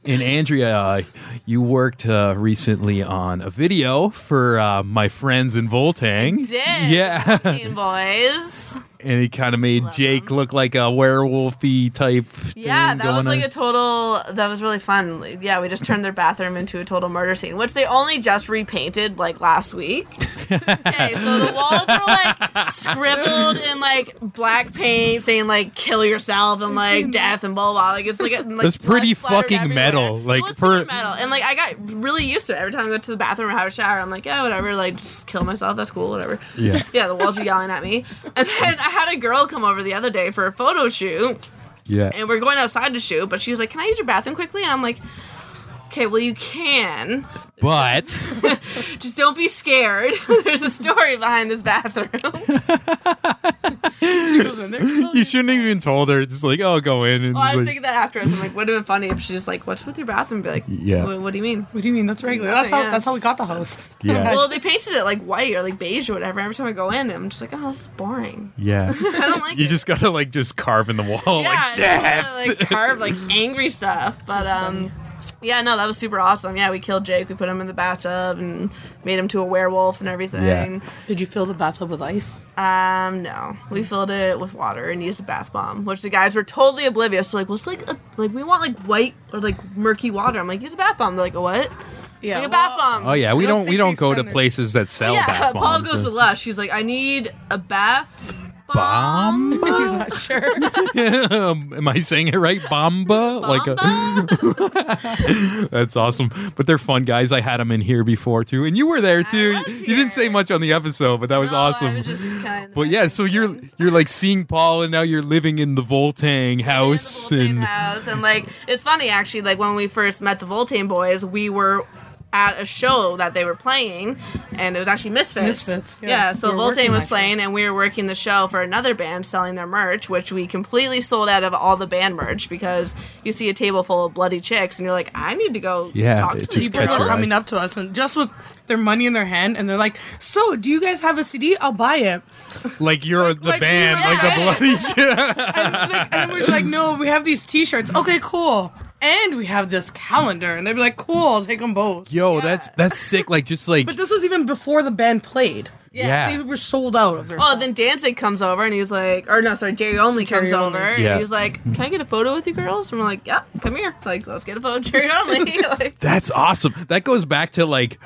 S1: And Andrea, uh, you worked uh, recently on a video for uh, my friends in Voltang.
S3: Did
S1: Yeah,
S3: Teen boys.
S1: and he kind of made Jake look like a werewolfy type.
S3: Yeah,
S1: thing
S3: that
S1: going
S3: was like
S1: on.
S3: a total. That was really fun. Like, Yeah, we just turned their bathroom into a total murder scene, which they only just repainted like last week. okay, so the walls were like scribbled in like black paint, saying like "kill yourself" and like "death" and blah blah. blah. Like it's like, a- like
S1: That's pretty
S3: blood splattered
S1: fucking
S3: everywhere.
S1: metal, like,
S3: Well, it's
S1: for-
S3: super metal, and like I got really used to it. Every time I go to the bathroom or have a shower, I'm like, yeah, whatever. Like just kill myself. That's cool. Whatever.
S1: Yeah.
S3: Yeah, the walls were yelling at me, and then I had a girl come over the other day for a photo shoot
S1: yeah.
S3: and we're going outside to shoot, but she's like, Can I use your bathroom quickly? And I'm like, Okay, well, you can.
S1: But
S3: Just don't be scared. There's a story behind this bathroom.
S4: She goes in there.
S1: you shouldn't have even told her. Just like, oh, go in. And
S3: Well, I
S1: it's
S3: was
S1: like-
S3: thinking that afterwards. I'm like, would have been funny if she's just like, "What's with your bathroom?" Be like,
S1: Yeah.
S3: "What, what do you mean?"
S4: What do you mean? That's regular. That's how.
S3: Yeah.
S4: That's how we got the house.
S1: Yeah.
S3: Well, they painted it like white or like beige or whatever. Every time I go in, I'm just like, "Oh, this is boring.
S1: yeah.
S3: I don't like
S1: You
S3: it."
S1: just gotta like just carve in the wall.
S3: yeah,
S1: like,
S3: and
S1: death.
S3: I just wanna, like carve like angry stuff. But um, yeah, no, that was super awesome. Yeah, we killed Jake. We put him in the bathtub and made him to a werewolf and everything.
S4: Did you fill the bathtub with ice?
S3: Um, no, we filled it with water and used a bath bomb, which the guys were totally oblivious. So like, what's like a, like we want like white or like murky water. I'm like, use a bath bomb. They're like, a what?
S4: Yeah.
S3: like a bath bomb.
S1: Oh yeah, we
S4: I don't
S1: don't we
S4: think
S1: don't
S4: they
S1: go to
S4: spend their-
S1: places that sell
S3: yeah,
S1: bath
S3: Paul
S1: bombs.
S3: goes to Lush. She's like, I need a bath bomb.
S1: bomb.
S4: He's not sure.
S1: Am I saying it right? Bomba? Like a That's awesome. But they're fun guys. I had them in here before too. And you were there too.
S3: was
S1: You didn't say
S3: here.
S1: much on the episode, but that was
S3: No, I
S1: awesome.
S3: was just kinda-
S1: but yeah, so you're you're like seeing Paul and now you're living in the Voltang
S3: We were in the
S1: house
S3: Voltane
S1: and
S3: house, and like it's funny actually. Like when we first met the Voltane boys, we were at a show that they were playing, and it was actually Misfits.
S4: Misfits, yeah.
S3: Yeah, so
S4: We were
S3: Voltane
S4: working
S3: was
S4: that show.
S3: playing, and we were working the show for another band selling their merch, which we completely sold out of all the band merch because you see a table full of bloody chicks, and you're like, I need to go
S1: Yeah,
S3: talk
S1: it
S3: to
S1: just
S3: these
S4: People are
S1: catch your
S3: girls.
S1: eye.
S4: coming up to us and just with their money in their hand, and they're like, "So, do you guys have a CD? I'll buy it."
S1: like you're the
S4: like,
S1: band,
S4: yeah.
S1: like the bloody
S4: And, like, and we're like, "No, we have these T-shirts. Okay, cool." And we have this calendar, and they'd be like, "Cool, I'll take them both."
S1: Yo, that's that's sick. Like just like
S4: But this was even before the band played.
S1: yeah.
S4: They were sold out of their.
S3: Oh, then Danzig comes over and he's like, or no, sorry, Jerry Only comes
S4: Jerry Only.
S3: over and
S1: Yeah.
S3: he's like, "Can I get a photo with you girls?" And we're like, "Yeah, come here, like let's get a photo, Jerry Only." like,
S1: That's awesome. That goes back to like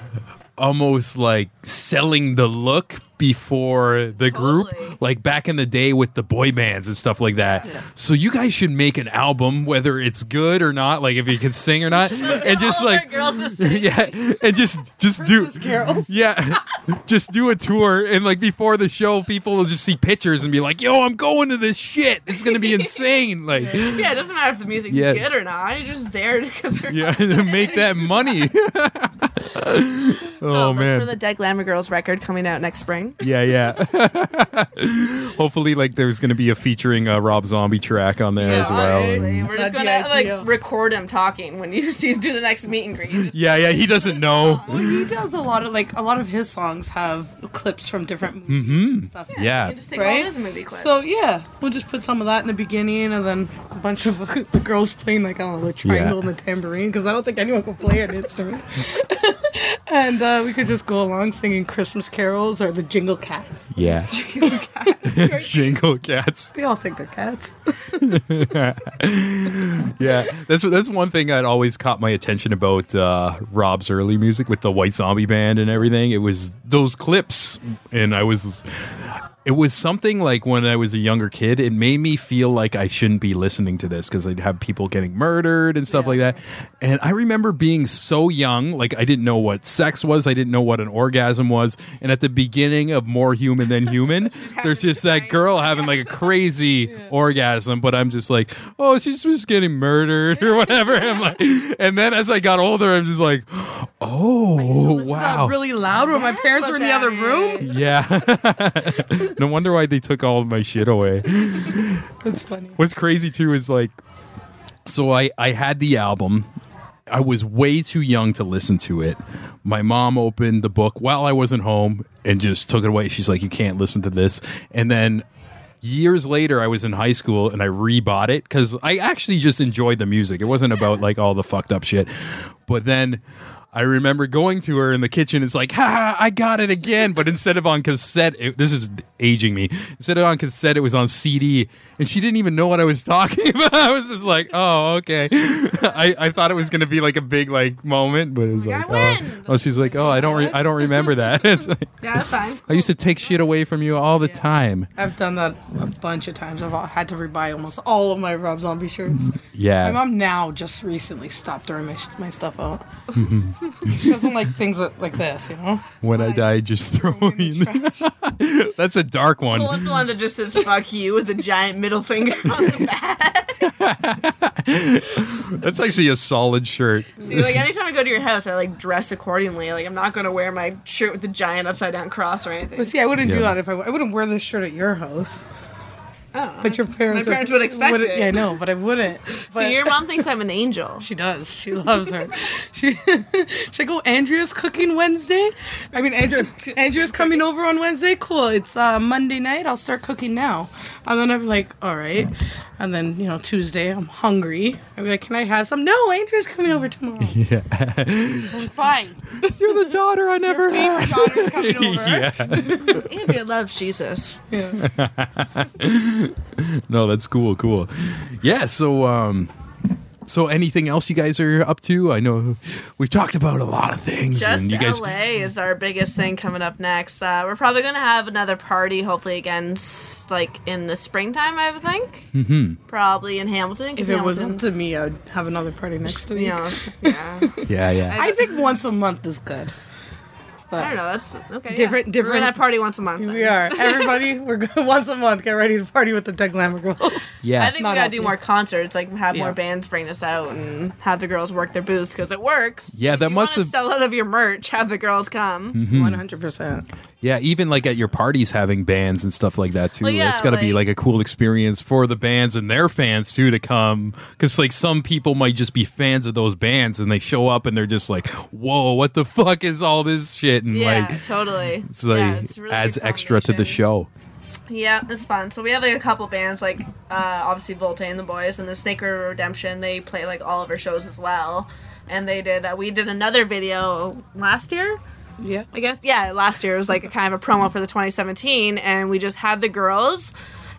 S1: almost like selling the look before the group
S3: Totally.
S1: like back in the day with the boy bands and stuff like that so you guys should make an album whether it's good or not like if you can sing or not and just
S3: all of our
S1: like
S3: girls to sing.
S1: yeah and just just do
S4: Christmas carols.
S1: yeah just do a tour and like before the show people will just see pictures and be like yo i'm going to this shit it's gonna be insane like
S3: yeah, it doesn't matter if the music's
S1: Yeah.
S3: good or not. You're just there because they're
S1: yeah make that money
S3: So
S1: oh
S3: look
S1: man
S3: for the Dead Glamour Girls record coming out next spring.
S1: Yeah, yeah. Hopefully, like there's going to be a featuring uh, Rob Zombie track on there as well.
S3: honestly,
S1: And-
S3: we're just
S4: That'd be
S3: gonna
S4: ideal.
S3: like record him talking when you see do the next meet and greet. Just-
S1: yeah, yeah. He doesn't know.
S4: Well, he does a lot of like a lot of his songs have clips from different movies and stuff.
S1: Yeah,
S3: You just take all
S4: Right?
S3: his movie clips.
S4: So yeah, we'll just put some of that in the beginning, and then a bunch of the girls playing like I don't know, the triangle and the tambourine, because I don't think anyone could play an instrument. and uh, we could just go along singing Christmas carols or the Jingle Cats.
S1: yeah. Jingle cats.
S4: They all think they're cats.
S1: Yeah, that's that's one thing that always caught my attention about uh, Rob's early music with the White Zombie band and everything. It was those clips, and I was. It was something like when I was a younger kid, it made me feel like I shouldn't be listening to this because I'd have people getting murdered and stuff like that. And I remember being so young, like I didn't know what sex was, I didn't know what an orgasm was. And at the beginning of More Human Than Human, there's just that girl having like a crazy orgasm, but I'm just like, oh, she's just getting murdered or whatever. I'm like, and then as I got older, I'm just like, oh, wow.
S4: Not really loud when my parents were in the other room.
S1: Yeah. no wonder why they took all of my shit away.
S4: That's funny.
S1: What's crazy too is like, so I I had the album. I was way too young to listen to it. My mom opened the book while I wasn't home and just took it away. She's like, "You can't listen to this." And then years later, I was in high school and I rebought it because I actually just enjoyed the music. It wasn't about like all the fucked up shit. But then I remember going to her in the kitchen. It's like, ha, ha, I got it again. But instead of on cassette, it, this is aging me. Instead of on cassette, it was on CD. And she didn't even know what I was talking about. I was just like, oh, okay. I, I thought it was going to be like a big like moment, but it was
S3: I
S1: like,
S3: win.
S1: oh, oh, she's like, oh, I don't, re- I don't remember that. It's like,
S3: yeah, that's fine.
S1: I used to take shit away from you all the time.
S4: I've done that a bunch of times. I've all- had to rebuy almost all of my Rob Zombie shirts.
S1: Yeah.
S4: My mom now just recently stopped throwing my, sh- my stuff out. She doesn't like things that, like this, you know?
S1: When I die, just throw me in the That's a dark one.
S3: What's the one that just says "fuck you" with a giant middle finger on the back?
S1: That's actually a solid shirt.
S3: See, like anytime I go to your house, I like dress accordingly. Like I'm not gonna wear my shirt with the giant upside down cross or anything.
S4: But see, I wouldn't do
S1: Yeah.
S4: that if I, I wouldn't wear this shirt at your house.
S3: Oh.
S4: But your parents,
S3: My parents would expect
S4: wouldn't-
S3: it.
S4: Yeah, I know, but I wouldn't.
S3: so
S4: But-
S3: your mom thinks I'm an angel.
S4: She does. She loves her. She she's like, oh, Andrea's cooking Wednesday. I mean, Andrea, Andrea's coming over on Wednesday. Cool. It's uh, Monday night. I'll start cooking now. And then I'm like, all right. And then you know, Tuesday, I'm hungry. I'm like, can I have some? No, Andrea's coming over tomorrow.
S1: Yeah.
S4: I'm Fine.
S1: You're the daughter I never
S4: Your daughter's coming over.
S1: yeah.
S3: Andrea loves Jesus.
S4: Yeah.
S1: No, that's cool, cool. Yeah, so um so anything else you guys are up to? I know we've talked about a lot of things
S3: Just
S1: and you guys
S3: LA is our biggest thing coming up next. Uh, we're probably going to have another party, hopefully again, s- like in the springtime, I would think. Mm-hmm. Probably in Hamilton. 'cause
S4: If it wasn't to
S3: Hamilton's-
S4: me, I'd have another party next week.
S3: you know, it's just- yeah.
S1: Yeah, yeah.
S4: I think once a month is good. But
S3: I don't know. That's okay. yeah.
S4: Different-
S3: We're gonna
S4: different-
S3: have party once a month.
S4: Here
S3: then.
S4: we are. Everybody, we're good. once a month. Get ready to party with the Doug Glamour girls.
S1: yeah.
S3: I think
S4: Not
S3: we gotta
S4: happening.
S3: do more concerts, like have
S4: Yeah.
S3: more bands bring us out and have the girls work their booths because it works.
S1: Yeah,
S3: If
S1: that
S3: you
S1: must
S3: wanna
S1: have-
S3: sell out of your merch. Have the girls come.
S4: One hundred percent.
S1: yeah, even like at your parties having bands and stuff like that too.
S3: Well, yeah,
S1: it's got to be
S3: like-
S1: like a cool experience for the bands and their fans too to come cuz like some people might just be fans of those bands and they show up and they're just like, "Whoa, what the fuck is all this shit?" and
S3: Yeah,
S1: like
S3: totally.
S1: it's like
S3: yeah, it's a really
S1: adds
S3: good
S1: extra to the
S3: combination.
S1: show.
S3: Yeah, it's fun. So we have like a couple bands, like uh, obviously Voltaire and the Boys, and the Snake River Redemption. They play like all of our shows as well. And they did. Uh, we did another video last year,
S4: Yeah.
S3: I guess. Yeah, last year it was like a kind of a promo for the 2017, and we just had the girls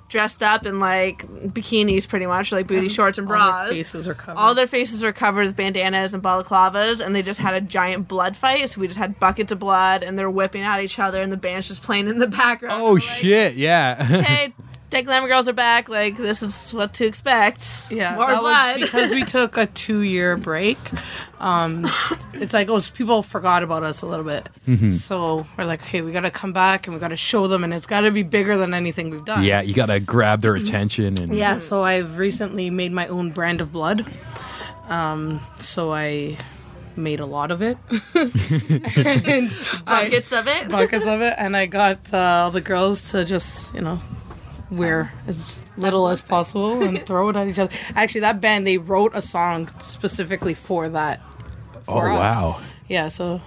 S3: dressed up in like bikinis, pretty much like booty shorts and
S4: All
S3: bras.
S4: their faces are covered.
S3: All their faces were covered with bandanas and balaclavas, and they just had a giant blood fight. So we just had buckets of blood, and they're whipping at each other, and the band's just playing in the background.
S1: Oh
S3: We're like,
S1: shit, yeah.
S3: Hey, Dead Glamour Girls are back. Like this is what to expect.
S4: yeah,
S3: more
S4: that was
S3: blood.
S4: because we took a two-year break. Um, it's like oh, people forgot about us a little bit, so we're like, okay, we got to come back and we got to show them, and it's got to be bigger than anything we've done. Mm.
S1: Yeah, you gotta grab
S3: Mm-hmm.
S1: their attention and
S4: Yeah, so I've recently made my own brand of blood. Um, so I made a lot of it. and I,
S3: buckets of it.
S4: buckets of it, and I got uh, all the girls to just, you know, wear as little as possible and throw it at each other. Actually, that band, they wrote a song specifically for that.
S1: oh
S4: for us.
S1: wow.
S4: Yeah, so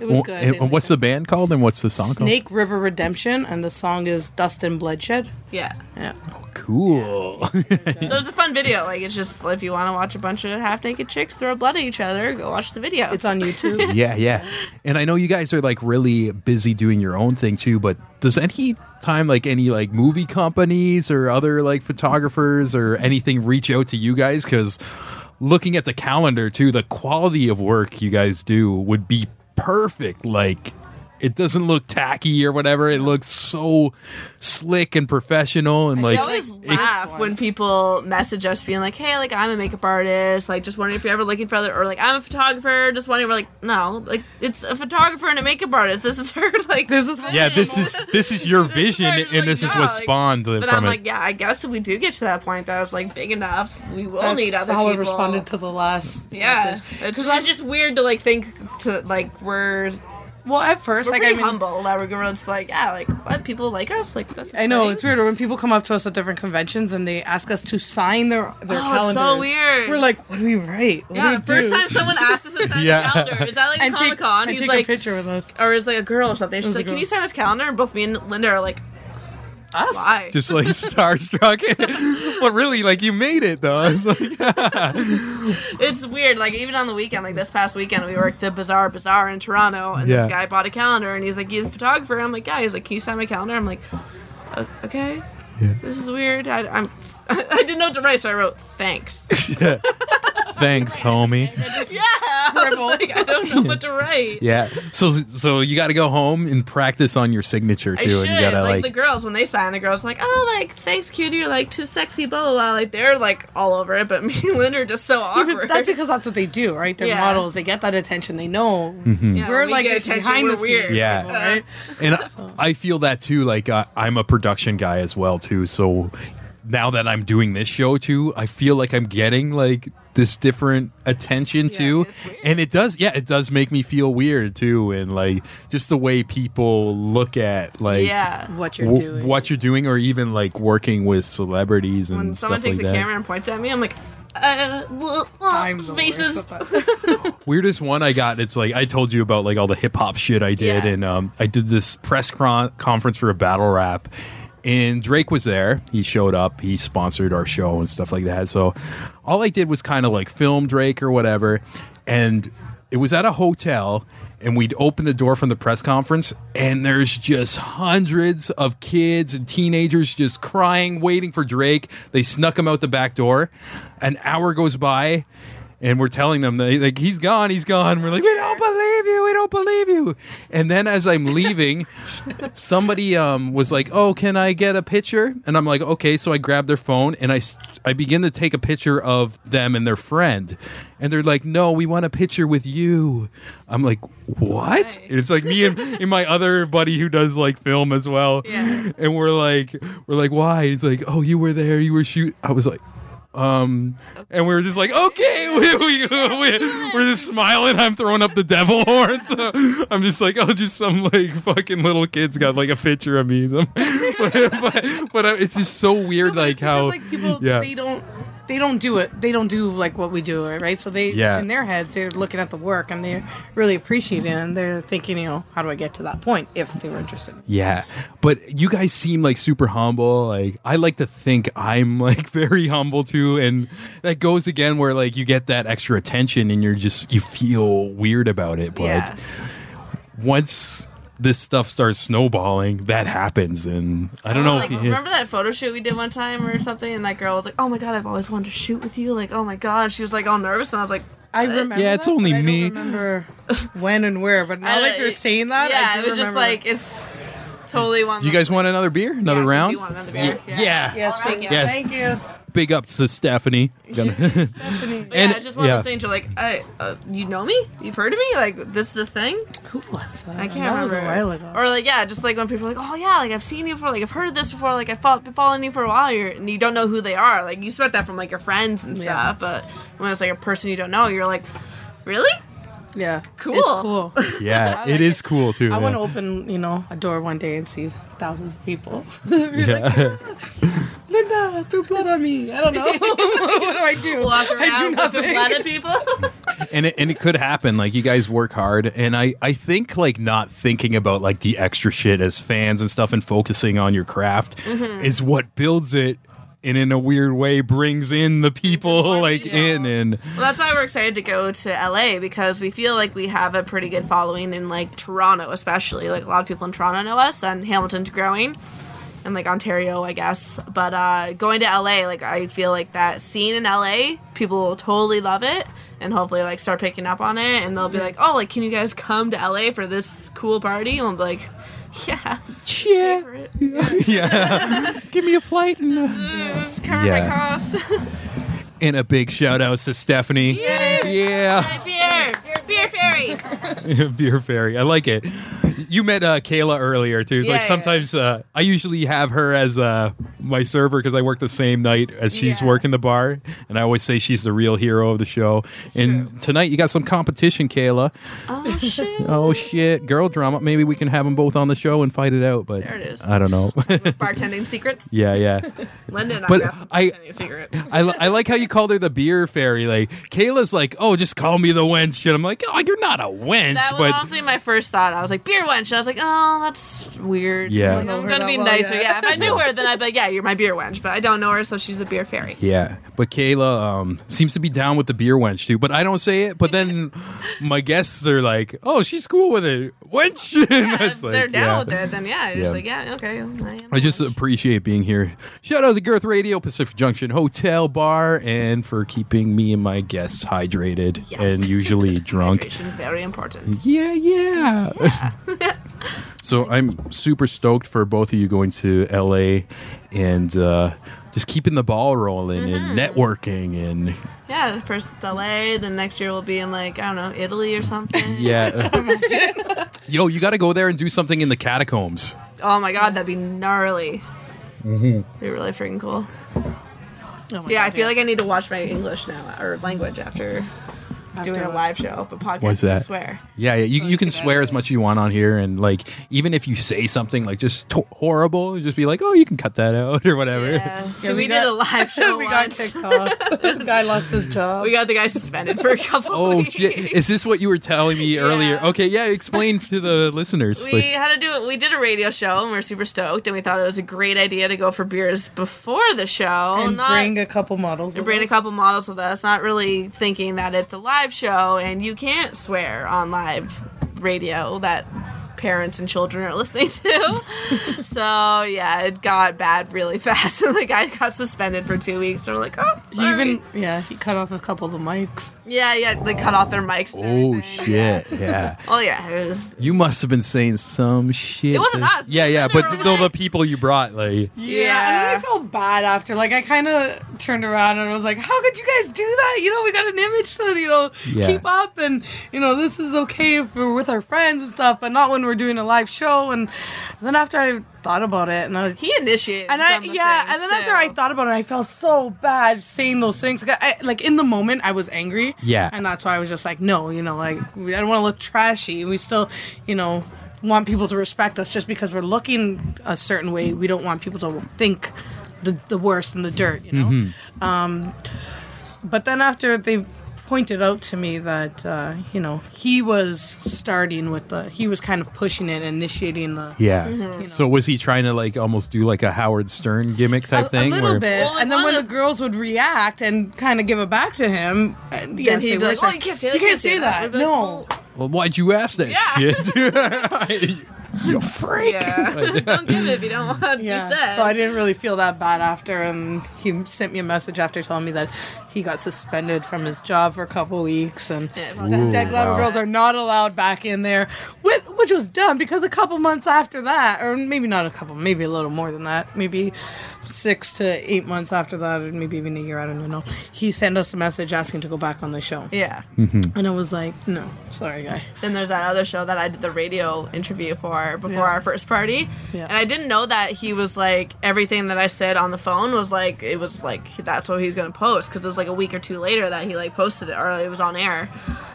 S4: it was
S1: Well,
S4: good.
S1: and,
S4: They
S1: and what's the band called and what's the song
S4: liked it. Snake River Redemption, and the song is Dust and Bloodshed.
S3: yeah.
S4: Yeah.
S1: called? Cool.
S3: So it's a fun video. Like it's just if you want to watch a bunch of half naked chicks throw blood at each other, go watch the video.
S4: It's on YouTube.
S1: yeah, yeah. And I know you guys are like really busy doing your own thing too, but does any time like any like movie companies or other like photographers or anything reach out to you guys cuz looking at the calendar too, the quality of work you guys do would be perfect like it doesn't look tacky or whatever. It looks so slick and professional and
S3: I
S1: like
S3: always
S1: it-
S3: laugh when people message us being like, "Hey, like I'm a makeup artist, like just wondering if you're ever looking for other, or like I'm a photographer, just wondering." We're like, "No, like it's a photographer and a makeup artist. This is her like
S4: This is
S1: yeah, this is this is your vision,
S3: Sorry,
S1: and this is
S3: yeah,
S1: what
S3: like-
S1: spawned
S3: But
S1: from
S3: I'm
S1: it.
S3: like, yeah, I guess if we do get to that point that it's like big enough, we will
S4: That's
S3: need other
S4: how
S3: people.
S4: I responded to the last
S3: yeah,
S4: message.
S3: it's,
S4: 'Cause
S3: it's
S4: I'm-
S3: just weird to like think to like we're
S4: Well, at 1st
S3: we're
S4: like I
S3: pretty
S4: mean,
S3: humble that we're we're just like yeah like what people like us like that's
S4: I know
S3: exciting.
S4: it's weird when people come up to us at different conventions and they ask us to sign their their
S3: Oh,
S4: calendars.
S3: it's so weird.
S4: We're like, what do we write? What
S3: yeah
S4: do we
S3: the first
S4: do?
S3: time someone asked us to sign
S1: Yeah.
S3: a calendar is that like
S4: and
S3: Comic
S4: take,
S3: Con
S4: and
S3: he's
S4: take a
S3: like
S4: picture with us.
S3: or is like a girl or something she's
S4: was a
S3: like can
S4: girl.
S3: you sign this calendar and both me and Linda are like
S4: Us?
S3: why
S1: just like starstruck. but really, like you made it though. It's like,
S3: It's weird. Like even on the weekend, like this past weekend, we were at the Bazaar Bazaar in Toronto, and
S1: Yeah.
S3: this guy bought a calendar, and he's like, "You the photographer?" I'm like, "Yeah." He's like, "Can you sign my calendar?" I'm like, "O- "Okay." This is weird. I, I'm. I didn't know what to write, so I wrote thanks.
S1: thanks, homie.
S3: yeah.
S4: scribbled.
S3: I don't know what to write.
S1: Yeah. So so you got to go home and practice on your signature
S3: I
S1: too,
S3: should
S1: and you gotta
S3: like,
S1: like,
S3: the girls when they sign the girls like oh like thanks cutie or like too sexy blah blah blah like they're like all over it but me and Lynn are just so
S4: Yeah,
S3: awkward.
S4: but that's because that's what they do, right? They're
S3: Yeah.
S4: models. They get that attention. They know
S3: Yeah,
S4: we're
S3: when we
S4: like
S3: get
S4: the
S3: attention,
S4: behind
S3: we're
S4: the
S3: weird.
S4: scenes
S1: Yeah.
S4: people, right?
S1: and I- I feel that too. Like uh, I'm a production guy as well too. So now that I'm doing this show too, I feel like I'm getting like this different attention too,
S3: it's weird.
S1: and it does. Yeah, it does make me feel weird too, and like just the way people look at like
S3: yeah.
S4: What you're
S1: w-
S4: doing.
S1: what you're doing, or even like working with celebrities and
S3: When
S1: stuff
S3: someone takes
S1: like
S3: a
S1: that.
S3: camera and points at me, I'm like, uh, blah, blah,
S4: I'm the
S3: faces.
S4: worst at that.
S1: weirdest one I got. It's like I told you about like all the hip hop shit I did,
S3: Yeah.
S1: and um, I did this press cron- conference for a battle rap, and Drake was there. He showed up. He sponsored our show and stuff like that. So all I did was kind of like film Drake or whatever, and it was at a hotel. And we'd open the door from the press conference, and there's just hundreds of kids and teenagers just crying, waiting for Drake. They snuck him out the back door. An hour goes by, and we're telling them that like he's gone, he's gone. We're like, we don't believe you, we don't believe you. And then as I'm leaving, somebody um was like, oh, can I get a picture? And I'm like, okay. So I grab their phone and I s- I begin to take a picture of them and their friend, and they're like, no, we want a picture with you. I'm like, what? And it's like me and, and my other buddy who does like film as well.
S3: Yeah.
S1: And we're like, we're like, why? He's like, oh, you were there, you were shoot. I was like. Um, and we were just like, okay, we, we, we, we're just smiling. I'm throwing up the devil horns. I'm just like, oh, just some like fucking little kids got like a picture of me. but but, but uh, it's just so weird,
S4: But
S1: like
S4: it's because,
S1: how,
S4: like people
S1: yeah,
S4: they don't they don't do it they don't do like what we do right so they
S1: Yeah.
S4: in their heads they're looking at the work and they're really appreciating it and they're thinking you know how do i get to that point if they were interested
S1: yeah. But you guys seem like super humble. Like I like to think I'm like very humble too, and that goes again where like you get that extra attention and you're just you feel weird about it, but.
S3: Yeah.
S1: once this stuff starts snowballing, that happens, and I don't know
S3: Oh, Like,
S1: if you
S3: remember that photo shoot we did one time or something, and that girl was like, "Oh my god, I've always wanted to shoot with you." Like, "Oh my god," she was like all nervous, and I was like,
S4: i remember
S1: Yeah, it's
S4: that, but
S1: only
S4: I don't
S1: me.
S4: remember when and where but now
S3: I-
S4: that you're saying that
S3: yeah,
S4: I do
S3: it was just
S4: remember.
S3: like it's totally one.
S1: Do you guys want another beer, another
S3: Yeah, so do
S1: round?
S3: you want another beer?
S1: Yeah.
S3: Yeah.
S4: yes,
S3: All right,
S4: thank you.
S1: yes.
S4: Thank you.
S1: Big ups to Stephanie. Gonna-
S3: But yeah,
S1: and-
S3: it's just one
S1: yeah.
S3: of those things. You're like, I, uh, you know me? You've heard of me? Like, this is a thing?
S4: Who was that?
S3: I can't
S4: that
S3: remember.
S4: was a while ago.
S3: Or like, yeah, just like when people are like, oh yeah, like I've seen you before, like I've heard of this before, like I've fo- been following you for a while, you're, and you don't know who they are. Like you expect that from like your friends and
S4: Yeah.
S3: stuff, but when it's like a person you don't know, you're like, really?
S4: yeah,
S3: Cool.
S4: It's cool.
S1: yeah,
S4: like
S1: it is cool too.
S4: I want to
S1: yeah.
S4: open, you know, a door one day and see thousands of people.
S1: Yeah.
S4: Linda threw blood on me. I don't know. what do I do?
S3: Walk
S4: I do
S3: around with a
S4: nothing.
S3: lot of people.
S1: and it, and it could happen. Like you guys work hard, and I I think like not thinking about like the extra shit as fans and stuff, and focusing on your craft
S3: Mm-hmm.
S1: is what builds it, and in a weird way brings in the people like in and
S3: well, that's why we're excited to go to LA because we feel like we have a pretty good following in like Toronto, especially. Like a lot of people in Toronto know us, and Hamilton's growing. and like Ontario, I guess. But uh, going to LA, like I feel like that scene in LA, people will totally love it and hopefully like start picking up on it and they'll be like, oh, like can you guys come to LA for this cool party? And we'll be like, yeah,
S1: cheer. yeah, give me a flight and. uh,
S3: just cover
S1: Yeah.
S3: my costs.
S1: And a big shout out to Stephanie. Yeah.
S3: beer, beer fairy.
S1: Beer Fairy. I like it. You met uh, Kayla earlier, too. It's
S3: Yeah,
S1: like
S3: yeah.
S1: sometimes uh, I usually have her as uh, my server because I work the same night as she's
S3: Yeah.
S1: working the bar. And I always say she's the real hero of the show. and tonight you got some competition, Kayla.
S3: Oh shit.
S1: Oh, shit. Girl drama. Maybe we can have them both on the show and fight it out. But
S3: There it is.
S1: I don't know.
S3: Bartending secrets.
S1: yeah, yeah.
S3: Linda and I
S1: But
S3: got some
S1: I-
S3: bartending secrets.
S1: I, li- I like how you called her the beer fairy. Like, Kayla's like, oh, just call me the wench. And I'm like, oh, you're not a wench.
S3: That was
S1: but
S3: honestly my first thought. I was like, beer wench. And I was like, oh, that's weird.
S1: Yeah.
S3: Like,
S4: Don't
S3: I'm
S4: know
S3: going to
S4: her
S3: be
S4: that well
S3: nicer.
S4: yet.
S3: Yeah. If I knew her, then I'd be like, yeah, you're my beer wench, but I don't know her, so she's a beer fairy.
S1: Yeah, but Kayla um, seems to be down with the beer wench too. But I don't say it. But then my guests are like, "Oh, she's cool with it, wench." And
S3: Yeah,
S1: that's
S3: if
S1: like,
S3: they're down
S1: yeah.
S3: with it, then yeah, you're
S1: Yeah.
S3: just like, yeah, okay. I, am
S1: I just appreciate being here. Shout out to Girth Radio, Pacific Junction Hotel Bar, and for keeping me and my guests hydrated
S3: Yes.
S1: and usually drunk.
S3: Hydration's very important.
S1: Yeah, yeah. so I'm super stoked for both of you going to LA and uh, just keeping the ball rolling and networking and
S3: Yeah, first it's LA, then next year we'll be in like, I don't know, Italy or something.
S1: yeah. Yo, you got to go there and do something in the catacombs.
S3: Oh my god, that'd be gnarly. Be really freaking cool.
S4: Mm-hmm. Oh my
S3: So yeah, I
S4: God,
S3: feel like I need to watch my English now or language after, doing a
S4: what?
S3: live show, but podcast.
S1: What's that?
S3: I swear.
S1: Yeah, yeah. You, you can swear as much as you want on here, and like even if you say something like just to- horrible, just be like, oh, you can cut that out or whatever.
S3: Yeah. So
S4: Yeah,
S3: we,
S4: we got-
S3: did a live show
S4: we got
S3: once.
S4: kicked off. the guy lost his job.
S3: we got the guy suspended for a couple.
S1: Oh
S3: weeks.
S1: shit! Is this what you were telling me earlier?
S3: Yeah.
S1: Okay, yeah. Explain to the listeners.
S3: We
S1: like-
S3: had to do it. We did a radio show and we were super stoked, and we thought it was a great idea to go for beers before the show.
S4: and
S3: not,
S4: bring a couple models.
S3: and
S4: with
S3: bring a
S4: us.
S3: couple models with us, not really thinking that it's a live show and you can't swear on live radio that parents and children are listening to. so yeah, it got bad really fast and the guy got suspended for two weeks. They're like, oh
S4: He
S3: sorry.
S4: even yeah, he cut off a couple of the mics.
S3: Yeah, yeah, they cut off their mics. and
S1: oh
S3: everything.
S1: shit! Yeah.
S3: Oh yeah, it was
S1: You must have been saying some shit.
S3: It wasn't
S1: that-
S3: us.
S1: Yeah, yeah,
S3: We were
S1: but th-
S3: like-
S1: the people you brought, like,
S4: Yeah, and then I
S3: Yeah.
S4: felt bad after. Like I kind of turned around and was like, "How could you guys do that? You know, we got an image to you know
S1: Yeah.
S4: keep up, and you know this is okay if we're with our friends and stuff, but not when we're doing a live show." And then after I thought about it, and I was,
S3: he initiated.
S4: and I
S3: some of the
S4: yeah,
S3: things,
S4: and then
S3: too.
S4: after I thought about it, I felt so bad saying those things. Like, I, like in the moment, I was angry.
S1: Yeah.
S4: and that's why I was just like, no, you know, like we- I don't want to look trashy. We still, you know, want people to respect us just because we're looking a certain way. We don't want people to think the the worst and the dirt, you know. Um, but then after they pointed out to me that uh, you know he was starting with the he was kind of pushing it and initiating the
S1: yeah.
S3: Mm-hmm.
S1: So was he trying to like almost do like a Howard Stern gimmick type
S4: a,
S1: thing?
S4: a little
S1: where-
S4: bit.
S3: Well, like,
S4: and then
S3: one
S4: when
S3: of
S4: the,
S3: the-
S4: girls would react and kind of give it back to him, uh, yes,
S3: he'd
S4: they
S3: be
S4: were
S3: like,
S4: saying,
S3: "Oh, you can't say that,
S4: You
S3: you
S4: can't
S3: can't
S4: say
S3: say that."
S4: that.
S3: We'd be like,
S4: No.
S1: Well, why'd you ask that shit? you freak.
S3: yeah, don't give it if you don't want to
S4: Yeah.
S3: be said.
S4: So I didn't really feel that bad after, and he sent me a message after telling me that he got suspended from his job for a couple weeks, and
S3: Yeah,
S4: that
S3: probably.
S4: Dead Glamour
S1: wow.
S4: Girls are not allowed back in there, which, which was dumb because a couple months after that, or maybe not a couple, maybe a little more than that, maybe six to eight months after that, or maybe even a year, I don't even know. He sent us a message asking to go back on the show.
S3: yeah.
S4: And I was like, no, sorry, guy.
S3: Then there's that other show that I did the radio interview for before
S4: Yeah.
S3: our first party.
S4: Yeah.
S3: And I didn't know that he was like, everything that I said on the phone was like, it was like, that's what he's going to post. Cause it was like a week or two later that he like posted it or it was on air.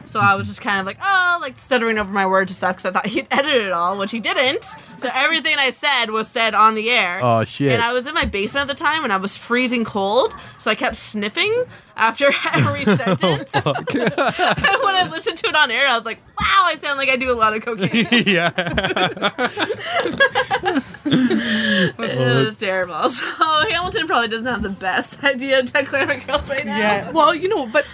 S3: So I was just kind of like, oh, like stuttering over my words and stuff. Cause I thought he'd edit it all, which he didn't. So everything I said was said on the air.
S1: Oh, shit.
S3: And I was in my basement at the time and I was freezing cold. So I kept sniffing after every sentence. And when I listened to it on air, I was like, wow, I sound like I do a lot of cocaine.
S1: yeah.
S3: it was terrible. So Hamilton probably doesn't have the best idea of Tech Glamour Girls right now.
S4: Yeah. Well, you know, but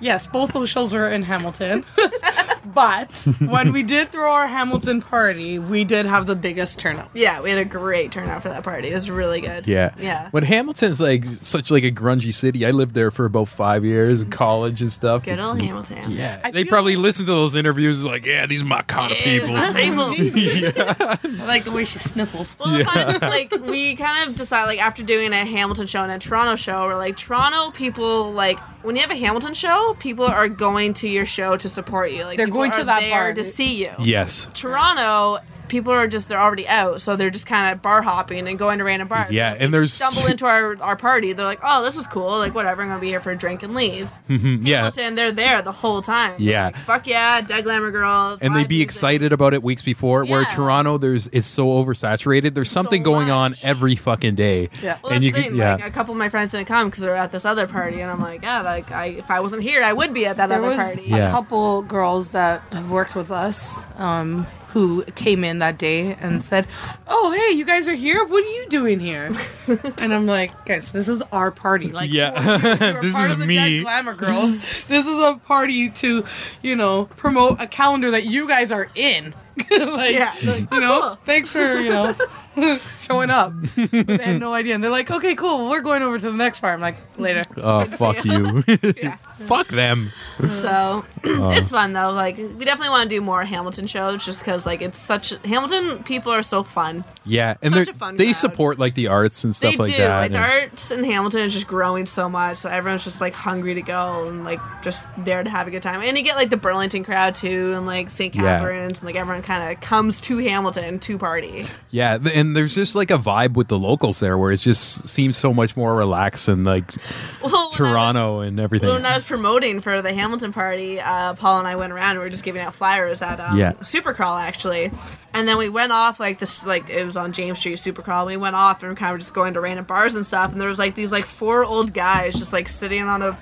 S4: yes, both those shows were in Hamilton. but when we did throw our Hamilton party, we did have the biggest turnout.
S3: Yeah, we had a great turnout for that party. It was really good.
S1: Yeah.
S3: Yeah.
S1: But Hamilton's like such like a grungy city. I lived there for about five years
S4: Mm-hmm.
S1: in college and stuff.
S3: Good
S1: It's-
S3: old Hamilton.
S1: Yeah.
S4: I
S1: they
S4: feel
S1: probably listen to those interviews like, yeah, these are my kind of people.
S3: People.
S4: I like the way she sniffles.
S3: Well, fine, like we kind of decide like after doing a Hamilton show and a Toronto show, we're like Toronto people like when you have a Hamilton show, people are going to your show to support you. Like
S4: They're
S3: people
S4: going to
S3: are
S4: that
S3: there
S4: bar.
S3: to see you.
S1: Yes.
S3: Toronto, people are just they're already out, so they're just kind of bar hopping and going to random bars.
S1: Yeah,
S3: So if
S1: and
S3: they
S1: there's-
S3: stumble into our our party. They're like, oh, this is cool. Like whatever, I'm gonna be here for a drink and leave.
S1: Mm, Yeah.
S3: And they're there the whole time.
S1: Hmm. Yeah.
S3: Like, Fuck yeah, dead glamour girls.
S1: and
S3: live
S1: they'd be
S3: music.
S1: excited about it weeks before. Where
S3: Yeah.
S1: Toronto, there's it's so oversaturated. There's something going on
S3: much.
S1: every fucking day.
S4: Yeah.
S3: Well,
S1: and
S3: that's
S1: you
S3: the thing.
S1: can, yeah,
S3: Like a couple of my friends didn't come because they were at this other party, and I'm like, yeah, like I, if I wasn't here, I would be at that
S4: There
S3: other
S4: was
S3: party.
S1: Yeah.
S4: a couple girls that have worked with us um, who came in that day and said, "Oh, hey, you guys are here. What are you doing here?" and I'm like, "Guys, this is our party. Like,
S1: Yeah.
S4: you were
S1: This
S4: part
S1: is
S4: of the
S1: me.
S4: Dead Glamour Girls. this is a party to, you know, promote a calendar that you guys are in. like,
S3: Yeah. oh,
S4: you know, thanks for, you know, showing up. But they had no idea. And they're like, okay, cool. We're going over to the next part. I'm like, later.
S1: Oh, fuck you. Fuck them.
S3: So
S1: Uh.
S3: it's fun though. Like we definitely want to do more Hamilton shows, just because like it's such Hamilton people are so fun.
S1: Yeah, and
S3: Such
S1: they're-
S3: a fun
S1: they
S3: crowd.
S1: support like the arts and stuff
S3: they
S1: like
S3: do.
S1: that.
S3: like the
S1: and-
S3: arts in Hamilton is just growing so much, so everyone's just like hungry to go and like just there to have a good time. And you get like the Burlington crowd too, and like St.
S1: Yeah.
S3: Catharines, and like everyone kind of comes to Hamilton to party.
S1: yeah, th- and there's just like a vibe with the locals there where it just seems so much more relaxed than like
S3: Well, when I
S1: Toronto
S3: was-
S1: and everything.
S3: When I was promoting for the Hamilton party, uh, Paul and I went around and we were just giving out flyers at um,
S1: Yeah.
S3: Supercrawl actually, and then we went off like this like it was on James Street Supercrawl. We went off and we kind of just going to random bars and stuff, and there was like these like four old guys just like sitting on a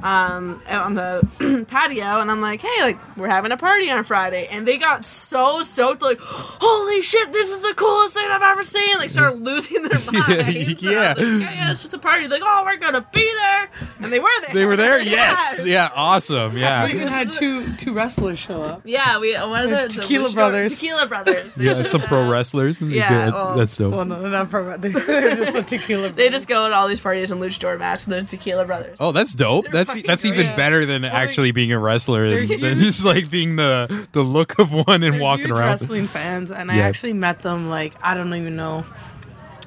S3: um out on the patio and I'm like, hey, like we're having a party on Friday, and they got so stoked, like, holy shit, this is the coolest thing I've ever seen. Like, started losing their minds. And I was
S1: Yeah.
S3: like, yeah, yeah, it's just a party. Like, oh, we're gonna be there, and they were there.
S1: they were there.
S3: Yeah.
S1: Yes, yeah, awesome.
S4: We
S1: Yeah,
S4: even had two two wrestlers show up.
S3: Yeah, we what are the
S4: Tequila
S3: the-
S4: Brothers.
S3: Tequila Brothers. They
S1: yeah,
S3: just,
S1: some pro
S3: uh,
S1: wrestlers.
S3: yeah, oh. well,
S1: that's dope.
S4: Well, no, they're not pro. They're just the tequila.
S3: They just go to all these parties and luchador matches. And they're Tequila Brothers.
S1: Oh, that's dope.
S3: They're
S1: That's
S3: fucking
S1: that's even
S4: great.
S1: better than actually being a wrestler than, than just like being the the look of one and
S4: They're
S1: walking
S4: huge
S1: around.
S4: wrestling fans, and I
S1: Yeah.
S4: actually met them like I don't even know,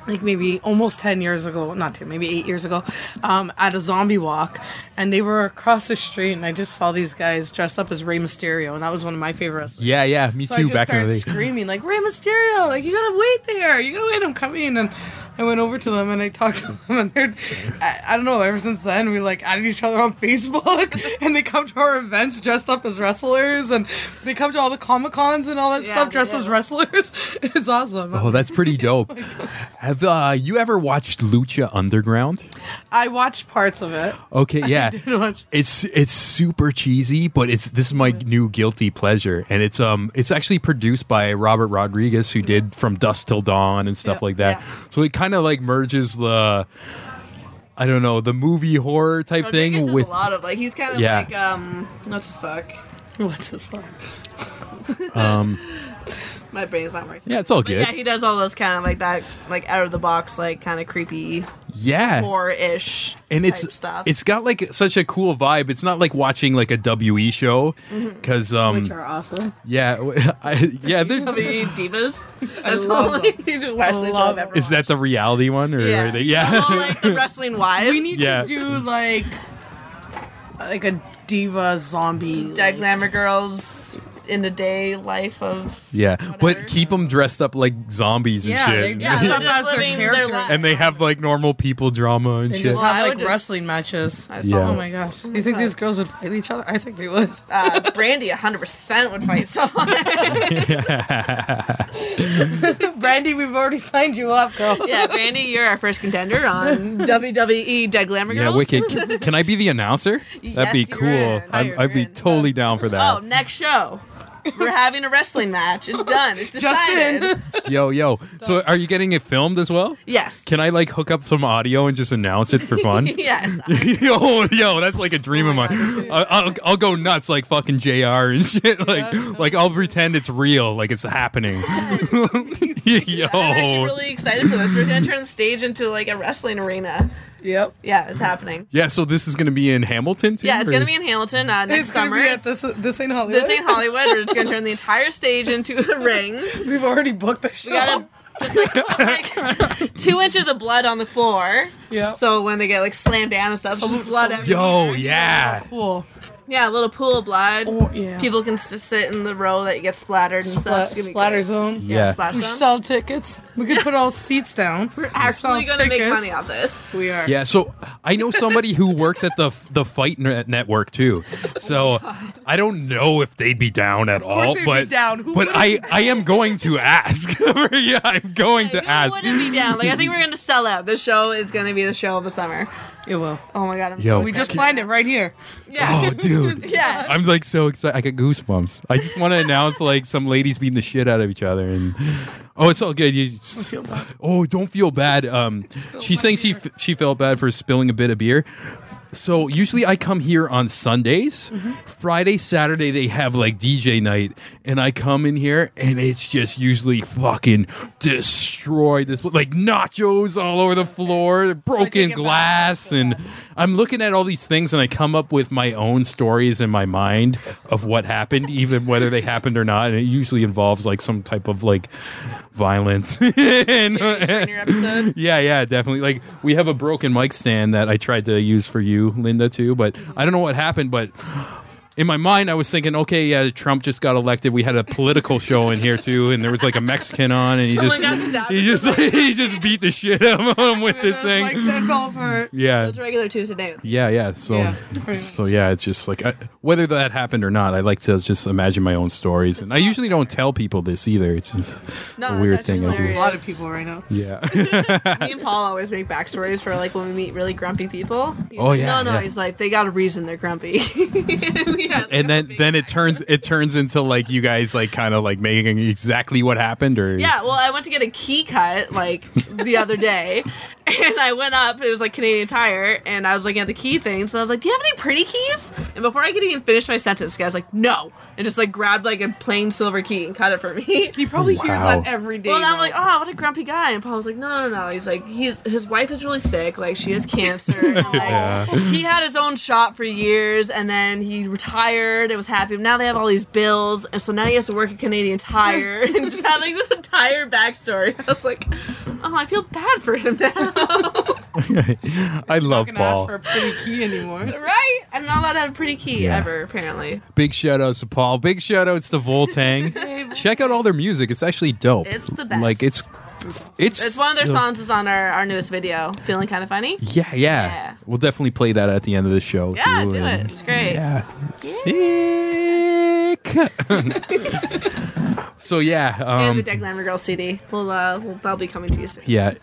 S4: like maybe almost ten years ago, not ten, maybe eight years ago, um, at a zombie walk, and they were across the street, and I just saw these guys dressed up as Rey Mysterio, and that was one of my favorite. wrestlers.
S1: Yeah, yeah, me
S4: So I
S1: too.
S4: just
S1: Back in
S4: started
S1: the day.
S4: screaming like Rey Mysterio, like you gotta wait there, you gotta wait, I'm coming. And I went over to them and I talked to them, and they're, I, I don't know. Ever since then, we like added each other on Facebook, and they come to our events dressed up as wrestlers, and they come to all the comic cons and all that
S3: Yeah,
S4: stuff
S3: they
S4: dressed
S3: do.
S4: as wrestlers. It's awesome.
S1: Oh, that's pretty dope. Have uh, you ever watched Lucha Underground?
S4: I watched parts of it.
S1: Okay, yeah.
S4: did watch-
S1: It's it's super cheesy, but it's this is my new guilty pleasure, and it's um it's actually produced by Robert Rodriguez, who did From Dusk Till Dawn and stuff
S4: Yeah,
S1: like that.
S3: yeah.
S1: So it kind of like merges the. I don't know the movie horror type
S3: Rodriguez
S1: thing
S3: does
S1: with
S3: a lot of like he's kind of
S1: Yeah.
S3: like um what's his fuck.
S4: What's this
S1: Hmm.
S4: for?
S3: My brain's not working.
S1: yeah, it's all
S3: But
S1: good.
S3: yeah, he does all those kind of like that, like out of the box, like kind of creepy,
S1: yeah,
S3: horror ish,
S1: Eh. and it's
S3: type stuff.
S1: it's got like such a cool vibe. It's not like watching like a WE show
S3: Mm-hmm.
S1: because um
S4: Which are awesome.
S1: yeah w- I, yeah this,
S3: the divas. That's
S4: love
S3: all like, Wesley show
S4: love
S3: I've ever
S1: is that the reality one or
S3: watched.
S1: yeah
S3: yeah,
S1: they,
S3: The whole,
S1: yeah.
S3: like the wrestling wives.
S4: We need
S1: Yeah.
S4: to do like like a diva zombie.
S3: dead
S4: like-
S3: glamour girls in the day life of.
S1: Yeah,
S3: Whatever.
S1: but keep them dressed up like zombies and
S4: Yeah, they
S1: shit.
S3: Yeah,
S4: dress
S3: they're
S4: up
S3: just
S4: as their
S3: living their
S4: character.
S3: lives.
S1: and they have like normal people drama and
S4: They
S1: shit.
S4: just
S3: Well, I
S4: have like
S3: would just-
S4: wrestling matches.
S3: I
S1: Yeah.
S4: Oh my gosh. Do you think these girls would fight each other? I think they would.
S3: Uh, Brandy 100% would fight someone.
S4: Brandy, we've already signed you up, girl.
S3: yeah, Brandy, you're our first contender on WWE Dead E Glamour
S1: yeah,
S3: Girls.
S1: wicked. Can, can I be the announcer? That'd
S3: Yes,
S1: be
S3: you're
S1: cool.
S3: in.
S1: I'd,
S4: You're
S1: I'd be
S4: in.
S1: totally down for
S3: Oh,
S1: that.
S3: next show. We're having a wrestling match. It's done. It's decided.
S4: Justin.
S1: Yo, yo. So, are you getting it filmed as well?
S3: Yes.
S1: Can I like hook up some audio and just announce it for fun?
S3: yes.
S1: yo, yo, that's like a dream of
S3: Oh my
S1: mine. I, I'll, I'll go nuts like fucking Jr. and shit. Like, like I'll pretend it's real, like it's happening. yo,
S3: I'm
S1: Oh.
S3: actually really excited for this. We're gonna turn the stage into like a wrestling arena.
S4: Yep.
S3: Yeah, it's happening.
S1: yeah. So this is gonna be in Hamilton too.
S3: Yeah, it's
S1: or-
S3: gonna be in Hamilton uh, next
S4: it's
S3: summer.
S4: gonna be at this this ain't Hollywood.
S3: This ain't Hollywood. We're just gonna turn the entire stage into a ring.
S4: We've already booked the
S3: We
S4: show.
S3: gotta just like, put, like, two inches of blood on the floor.
S4: yeah.
S3: So when they get like slammed down and stuff, it's just blood everywhere.
S1: Yo, yeah.
S4: cool.
S3: yeah, a little pool of blood.
S4: Oh, yeah.
S3: People can s- sit in the row that you get splattered and
S4: Spla-
S3: stuff. It's gonna be
S4: splatter
S3: great.
S4: zone.
S3: Yeah,
S1: Yeah.
S3: splash
S4: We
S3: zone.
S4: sell tickets. We could put all seats down.
S3: We're
S4: sell
S3: actually gonna make
S4: tickets.
S3: money off this.
S4: We are.
S1: Yeah, so I know somebody who works at the the Fight Net- Network too.
S3: Oh
S1: So I don't know if they'd be down at
S4: course
S1: all,
S4: they'd be
S1: but
S4: down. Who
S1: but
S4: wouldn't
S1: I I am going to ask. yeah, I'm going
S3: Yeah,
S1: to
S3: you
S1: ask.
S3: wouldn't be down. Like I think we're gonna sell out. This show is gonna be the show of the summer.
S4: It will.
S3: Oh my god, I'm
S1: Yo.
S3: so
S4: We just
S3: excited.
S4: planned it right here.
S3: yeah.
S1: Oh, dude.
S3: Yeah.
S1: I'm like so excited. I got goosebumps. I just want to announce like some ladies beating the shit out of each other, and oh, it's all good. You just- oh, don't feel bad. Um, she's saying she f- she felt bad for spilling a bit of beer. So usually I come here on Sundays. Friday, Saturday they have like DJ night, and I come in here and it's just usually fucking destroyed. This like nachos all over the floor, broken
S4: take it back.
S1: glass, and I'm looking at all these things, and I come up with my own stories in my mind of what happened, even whether they happened or not. And it usually involves like some type of like violence. And-
S3: Springer episode.
S1: yeah, yeah, definitely. Like we have a broken mic stand that I tried to use for you, Linda, too, but I don't know what happened, but in my mind I was thinking, okay, yeah, Trump just got elected. We had a political show in here too, and there was like a Mexican on and he
S3: Someone got
S1: just
S3: stabbed
S1: he
S3: with
S1: just he just beat the shit out of him with this
S4: Like
S1: thing.
S4: said Colbert.
S1: Yeah.
S3: It's regular Tuesday night.
S1: Yeah, yeah. So
S4: Yeah, pretty much.
S1: so yeah, it's just like I, whether that happened or not, I like to just imagine my own stories. And I usually don't tell people this either. It's just
S3: No,
S1: a weird
S3: that's just
S1: thing I
S4: A
S1: do.
S3: hilarious.
S4: lot of people right now.
S1: Yeah.
S3: Me and Paul always make backstories for like when we meet really grumpy people. He's
S1: Oh,
S3: like,
S1: yeah,
S3: no, no.
S1: yeah.
S3: He's like they got a reason they're grumpy. Yeah,
S1: and then then it turns it turns into like you guys like kind of like making exactly what happened or
S3: Yeah, well, I went to get a key cut like the other day, and I went up. It was like Canadian Tire, and I was looking at the key things, and I was like, "Do you have any pretty keys?" And before I could even finish my sentence, the guy's like, "No," and just like grabbed like a plain silver key and cut it for me.
S4: He probably hears
S1: Wow.
S4: that every day.
S3: Well, and I'm
S4: now.
S3: like, "Oh, what a grumpy guy!" And Paul was like, "No, no, no." no." He's like, "He's his wife is really sick. Like she has cancer. And, like,
S1: Yeah.
S3: He had his own shop for years, and then he retired and was happy. Now they have all these bills, and so now he has to work at Canadian Tire and just had like this entire backstory. I was like, "Oh, I feel bad for him now."
S1: i love
S4: not gonna ask
S1: paul
S4: for a pretty key anymore.
S3: right? I'm not allowed to have a pretty key
S1: Yeah.
S3: ever, apparently.
S1: big shout outs to paul big shout outs to voltang check out all their music it's actually dope
S3: It's the best.
S1: like it's it's
S3: It's one of their songs is on our, our newest video. Feeling kind of funny.
S1: yeah, yeah
S3: Yeah.
S1: we'll definitely play that at the end of the show
S3: Yeah,
S1: too,
S3: do
S1: and-
S3: it. It's great.
S1: Yeah. Sick. so yeah,
S3: And the
S1: um,
S3: Dead Glamour Girls CD. We'll, uh, we'll, that'll be coming to you soon.
S1: yeah,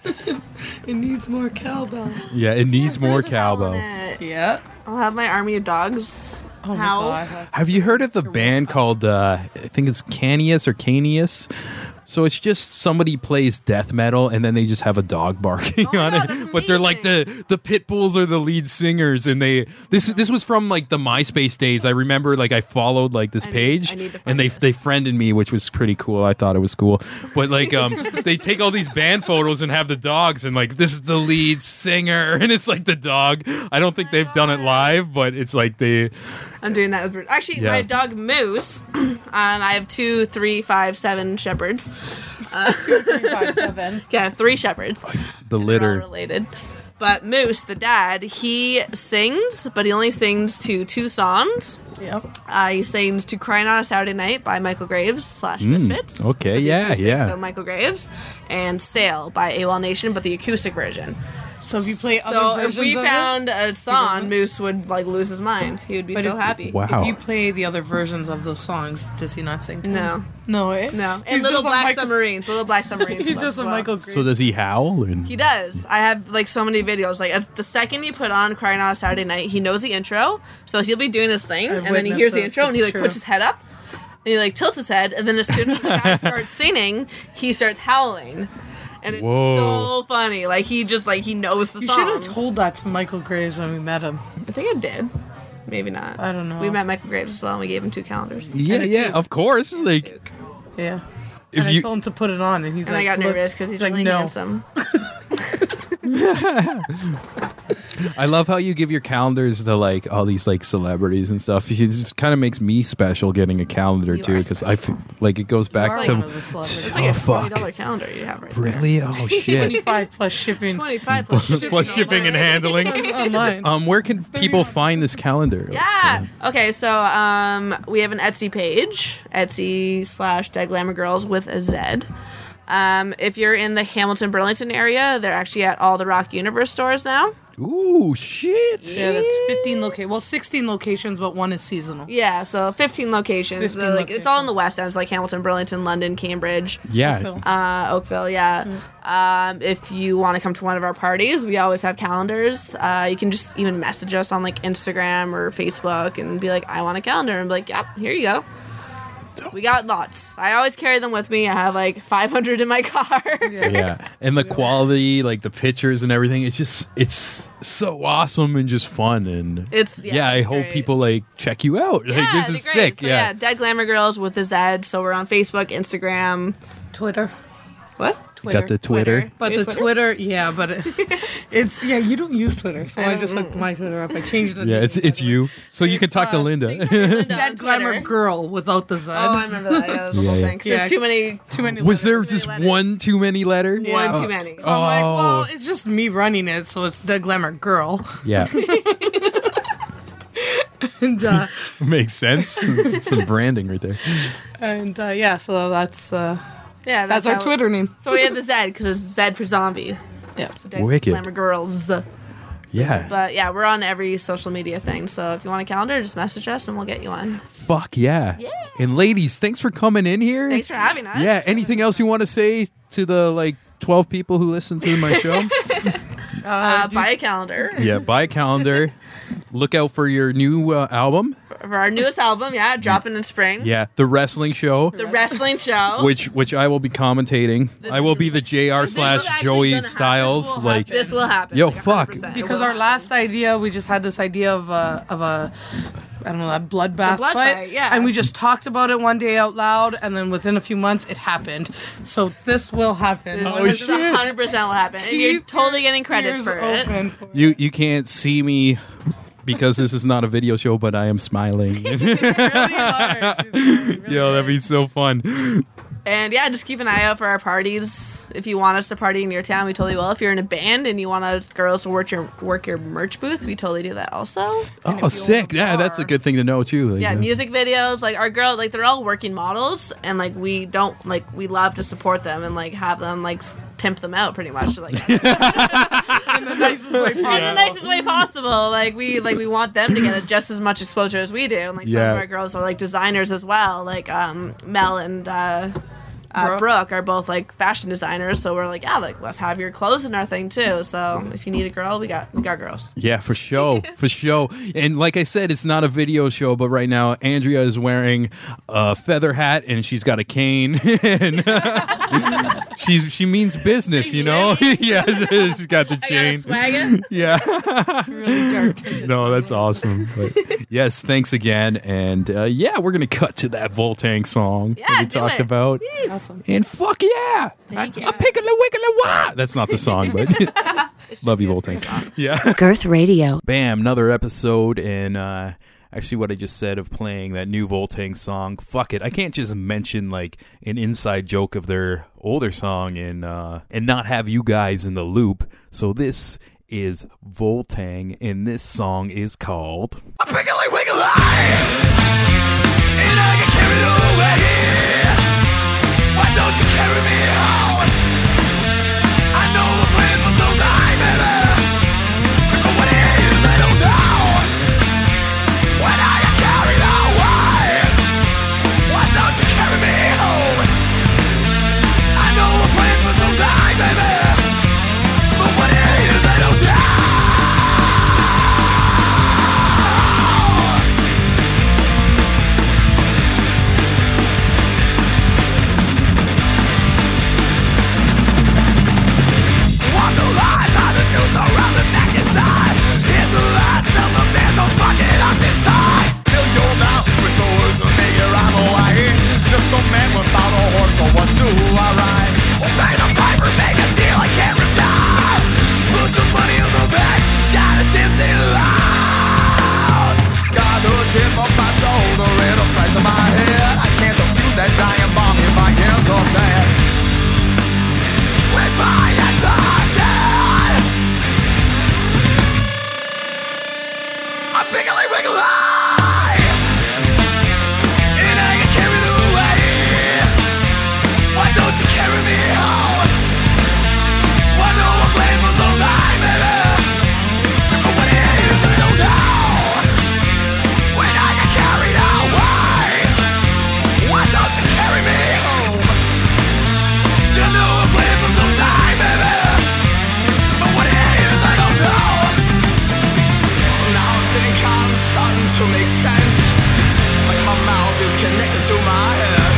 S4: It needs more cowbell.
S1: yeah. It needs more
S3: There's a bell in
S1: cowbell.
S3: it.
S4: Yeah.
S3: I'll have my army of dogs.
S4: Oh
S3: howl.
S4: my god.
S1: Have you heard of the band called uh, I think it's Canius or Canius? So it's just somebody plays death metal and then they just have a dog barking
S3: Oh my
S1: on
S3: God,
S1: it.
S3: that's
S1: But they're like the the pit bulls are the lead singers and they this this was from like the MySpace days. I remember like I followed like this
S3: I need-
S1: page
S3: I need to
S1: and
S3: find
S1: they
S3: this.
S1: they friended me, which was pretty cool. I thought it was cool. But like um they take all these band photos and have the dogs and like this is the lead singer and it's like the dog. I don't think they've done it
S3: God.
S1: live, but it's like they
S3: I'm doing that with Bert. Actually,
S1: Yeah.
S3: my dog Moose. Um, I have two, three, five, seven shepherds.
S4: Three, five, seven.
S3: Yeah, three shepherds.
S1: the
S3: They're all
S1: litter.
S3: related. But Moose, the dad, he sings, but he only sings to two songs.
S4: Yep.
S3: Uh, he sings to "Crying on a Saturday Night" by Michael Graves slash Misfits.
S1: Hmm. okay,
S3: But the
S1: yeah,
S3: acoustic,
S1: yeah.
S3: So Michael Graves and "Sail" by AWOL Nation, but the acoustic version.
S4: So if you play
S3: so
S4: other
S3: if
S4: versions
S3: we
S4: of
S3: found a song, Moose would like lose his mind. He would be
S4: But
S3: so
S4: if-
S3: happy.
S1: Wow.
S4: it, if you play the other versions of those songs, does he not sing? To
S3: No,
S4: no, eh?
S3: no, and
S4: He's
S3: Little
S4: just a
S3: Black
S4: Michael-
S3: Submarines. Little Black Submarines.
S4: He's
S3: was
S4: just a
S3: as well.
S4: Michael Graves.
S1: So does he howl? And
S3: He does. I have like so many videos. Like as the second you put on "Crying Out Saturday Night," he knows the intro, so he'll be doing his thing,
S4: I've
S3: and then he
S4: witnessed
S3: hears the
S4: this,
S3: intro, and he
S4: it's
S3: like
S4: true.
S3: puts his head up, and he like tilts his head, and then as soon as the guy starts singing, he starts howling, and it's
S1: Whoa.
S3: so funny. Like he just like he knows the
S4: You
S3: song.
S4: should have told that to Michael Graves when we met him.
S3: I think I did. Maybe not.
S4: I don't know.
S3: We met Michael Graves as well, and we gave him two calendars.
S1: yeah, yeah, of course. Like
S3: Duke.
S4: Yeah.
S1: if
S4: and I
S1: you
S4: told him to put it on, and he's
S3: And
S4: like,
S3: I got
S4: "Look,"
S3: nervous because he's
S4: like,
S3: really
S4: no.
S3: handsome.
S1: I love how you give your calendars to like all these like celebrities and stuff. It just kind of makes me special getting a calendar
S3: You
S1: too
S3: are
S1: because I feel like it goes back
S4: are
S1: to
S4: one of the celebrities.
S3: It's like
S1: oh
S3: a twenty dollar
S1: fuck
S3: calendar you have right there.
S1: really oh shit
S4: Twenty-five plus shipping
S3: Twenty five plus shipping.
S1: plus shipping and handling.
S4: online.
S1: Um, where can people find this calendar?
S3: Yeah. Okay, so um, we have an Etsy page, Etsy slash Dead Glamour Girls with a Z. Um, if you're in the Hamilton Burlington area, they're actually at all the Rock Universe stores now.
S1: Ooh, shit.
S4: Yeah, that's 15 locations. Well, 16 locations, but one is seasonal.
S3: Yeah, so 15 locations.
S4: 15
S3: They're, like it's all in the
S4: locations.
S3: West End, it's like Hamilton, Burlington, London, Cambridge,
S1: Yeah.
S3: uh, Oakville. Yeah. Um, if you want to come to one of our parties, we always have calendars. Uh, you can just even message us on like Instagram or Facebook and be like, "I want a calendar," and be like, "Yep, here you go." We got lots. I always carry them with me. I have like 500 in my car.
S1: Yeah. And the quality, like the pictures and everything, it's just it's so awesome and just fun and
S3: It's
S1: yeah,
S3: yeah.
S1: I
S3: it's
S1: hope
S3: great.
S1: people like check you out. like
S3: Yeah,
S1: this
S3: it'd
S1: is
S3: be great.
S1: sick.
S3: So,
S1: yeah.
S3: Dead Glamour Girls with a Z. So we're on Facebook, Instagram.
S4: Twitter.
S3: What?
S4: Twitter.
S1: Got the Twitter.
S4: But
S3: You
S4: the
S3: have
S4: Twitter, yeah, but it, it's yeah. You don't use Twitter, so I, just looked my Twitter up. I changed the
S1: Yeah,
S4: name,
S1: it's
S4: by
S1: it's
S4: the way.
S1: you. So you can
S4: It's,
S1: talk to
S4: uh,
S1: Linda.
S3: Linda on
S4: Dead glamour
S3: Twitter.
S4: girl without the Z.
S3: Oh, I remember that. Yeah, that was a
S1: Yeah,
S3: whole
S1: yeah.
S3: thing. 'Cause
S4: Yeah.
S3: There's too many,
S4: too many.
S1: Was there
S3: Too many
S1: just
S3: letters.
S1: one too many letter?
S4: Yeah.
S3: one too many.
S4: So I'm like, well,
S1: Oh.
S4: it's just me running it, so it's the glamour girl.
S1: Yeah.
S4: And uh,
S1: Makes sense. Some branding right there.
S4: and uh, yeah, so that's uh,
S3: yeah,
S4: that's, our
S3: how-
S4: Twitter name.
S3: So we had the Z because it's Z for zombie.
S4: Yeah.
S3: So Dead
S1: Wicked.
S3: Glamour Girls.
S1: Yeah.
S3: But yeah, we're on every social media thing. So if you want a calendar, just message us and we'll get you one.
S1: Fuck yeah.
S3: Yeah.
S1: And ladies, thanks for coming in here.
S3: Thanks for having us.
S1: Yeah. Anything else you want to say to the like 12 people who listen to my show?
S3: Uh, buy a calendar
S1: yeah. Buy a calendar. Look out for your new uh, album.
S3: for our newest album. Yeah, dropping in spring.
S1: Yeah. The wrestling show.
S3: The wrestling show.
S1: which which I will be commentating. I will be the JR
S3: This is
S1: slash
S3: actually
S1: Joey
S3: gonna happen.
S1: Styles.
S4: This will
S1: Like
S4: happen.
S3: This will happen.
S1: Yo,
S3: like,
S1: fuck.
S3: 100%. It
S4: Because
S3: will
S4: our
S3: happen.
S4: last idea, we just had this idea of a of a I don't know a bloodbath,
S3: A blood fight, yeah.
S4: And we just talked about it one day out loud, and then within a few months, it happened. So this will happen.
S1: Oh,
S4: One
S3: This
S1: shit.
S3: is 100% will happen. And you're
S4: Keep
S3: totally getting
S4: of the
S3: credit
S4: ears
S3: for it.
S4: open for-
S1: you you can't see me because this is not a video show, but I am smiling.
S4: Really are. She's really
S1: Yo, that'd be so fun.
S3: And yeah, just keep an eye out for our parties. If you want us to party in your town, we totally will. If you're in a band and you want us girls to work your work your merch booth, we totally do that also.
S1: Oh, sick. Yeah, that's a good thing to know too. Like,
S3: Yeah,
S1: uh,
S3: music videos, like our girl, like they're all working models, and like we don't like we love to support them and like have them like s- pimp them out pretty much, like in
S4: the nicest way possible.
S3: the nicest way possible. Like we like we want them to get just as much exposure as we do, and like some
S1: Yeah.
S3: of our girls are like designers as well, like um Mel and uh, uh,
S4: Brooke.
S3: Brooke are both like fashion designers, so we're like yeah, like let's have your clothes in our thing too. So if you need a girl, we got we got girls.
S1: Yeah, for sure, for sure. And like I said, it's not a video show, but right now Andrea is wearing a feather hat and she's got a cane. and she's she means business, you know. yeah, she's got the chain. Yeah.
S4: Really dark tinted.
S1: No, that's awesome. But yes, thanks again. And uh, yeah, we're going to cut to that Voltank song
S3: Yeah,
S1: that we
S3: do
S1: talked
S3: it.
S1: about.
S4: Awesome.
S1: And fuck yeah!
S3: Thank
S1: I,
S3: you.
S1: I pick a wiggly wah! That's not the song, but love you, Voltank. Yeah.
S2: Girth Radio.
S5: Bam, another episode. And uh, actually, what I just said of playing that new Voltang song, fuck it. I can't just mention like an inside joke of their older song and uh, and not have you guys in the loop. So this is Voltang, and this song is called.
S6: Wiggly wiggly, and I get carried away. Why don't you carry me home? I know I'm playing for so long, baby. But what it is, I don't know. When I get carried away, why don't you carry me home? I know I'm playing for so long, baby. But what it is, I don't know. mouth is connected to my head. Oh,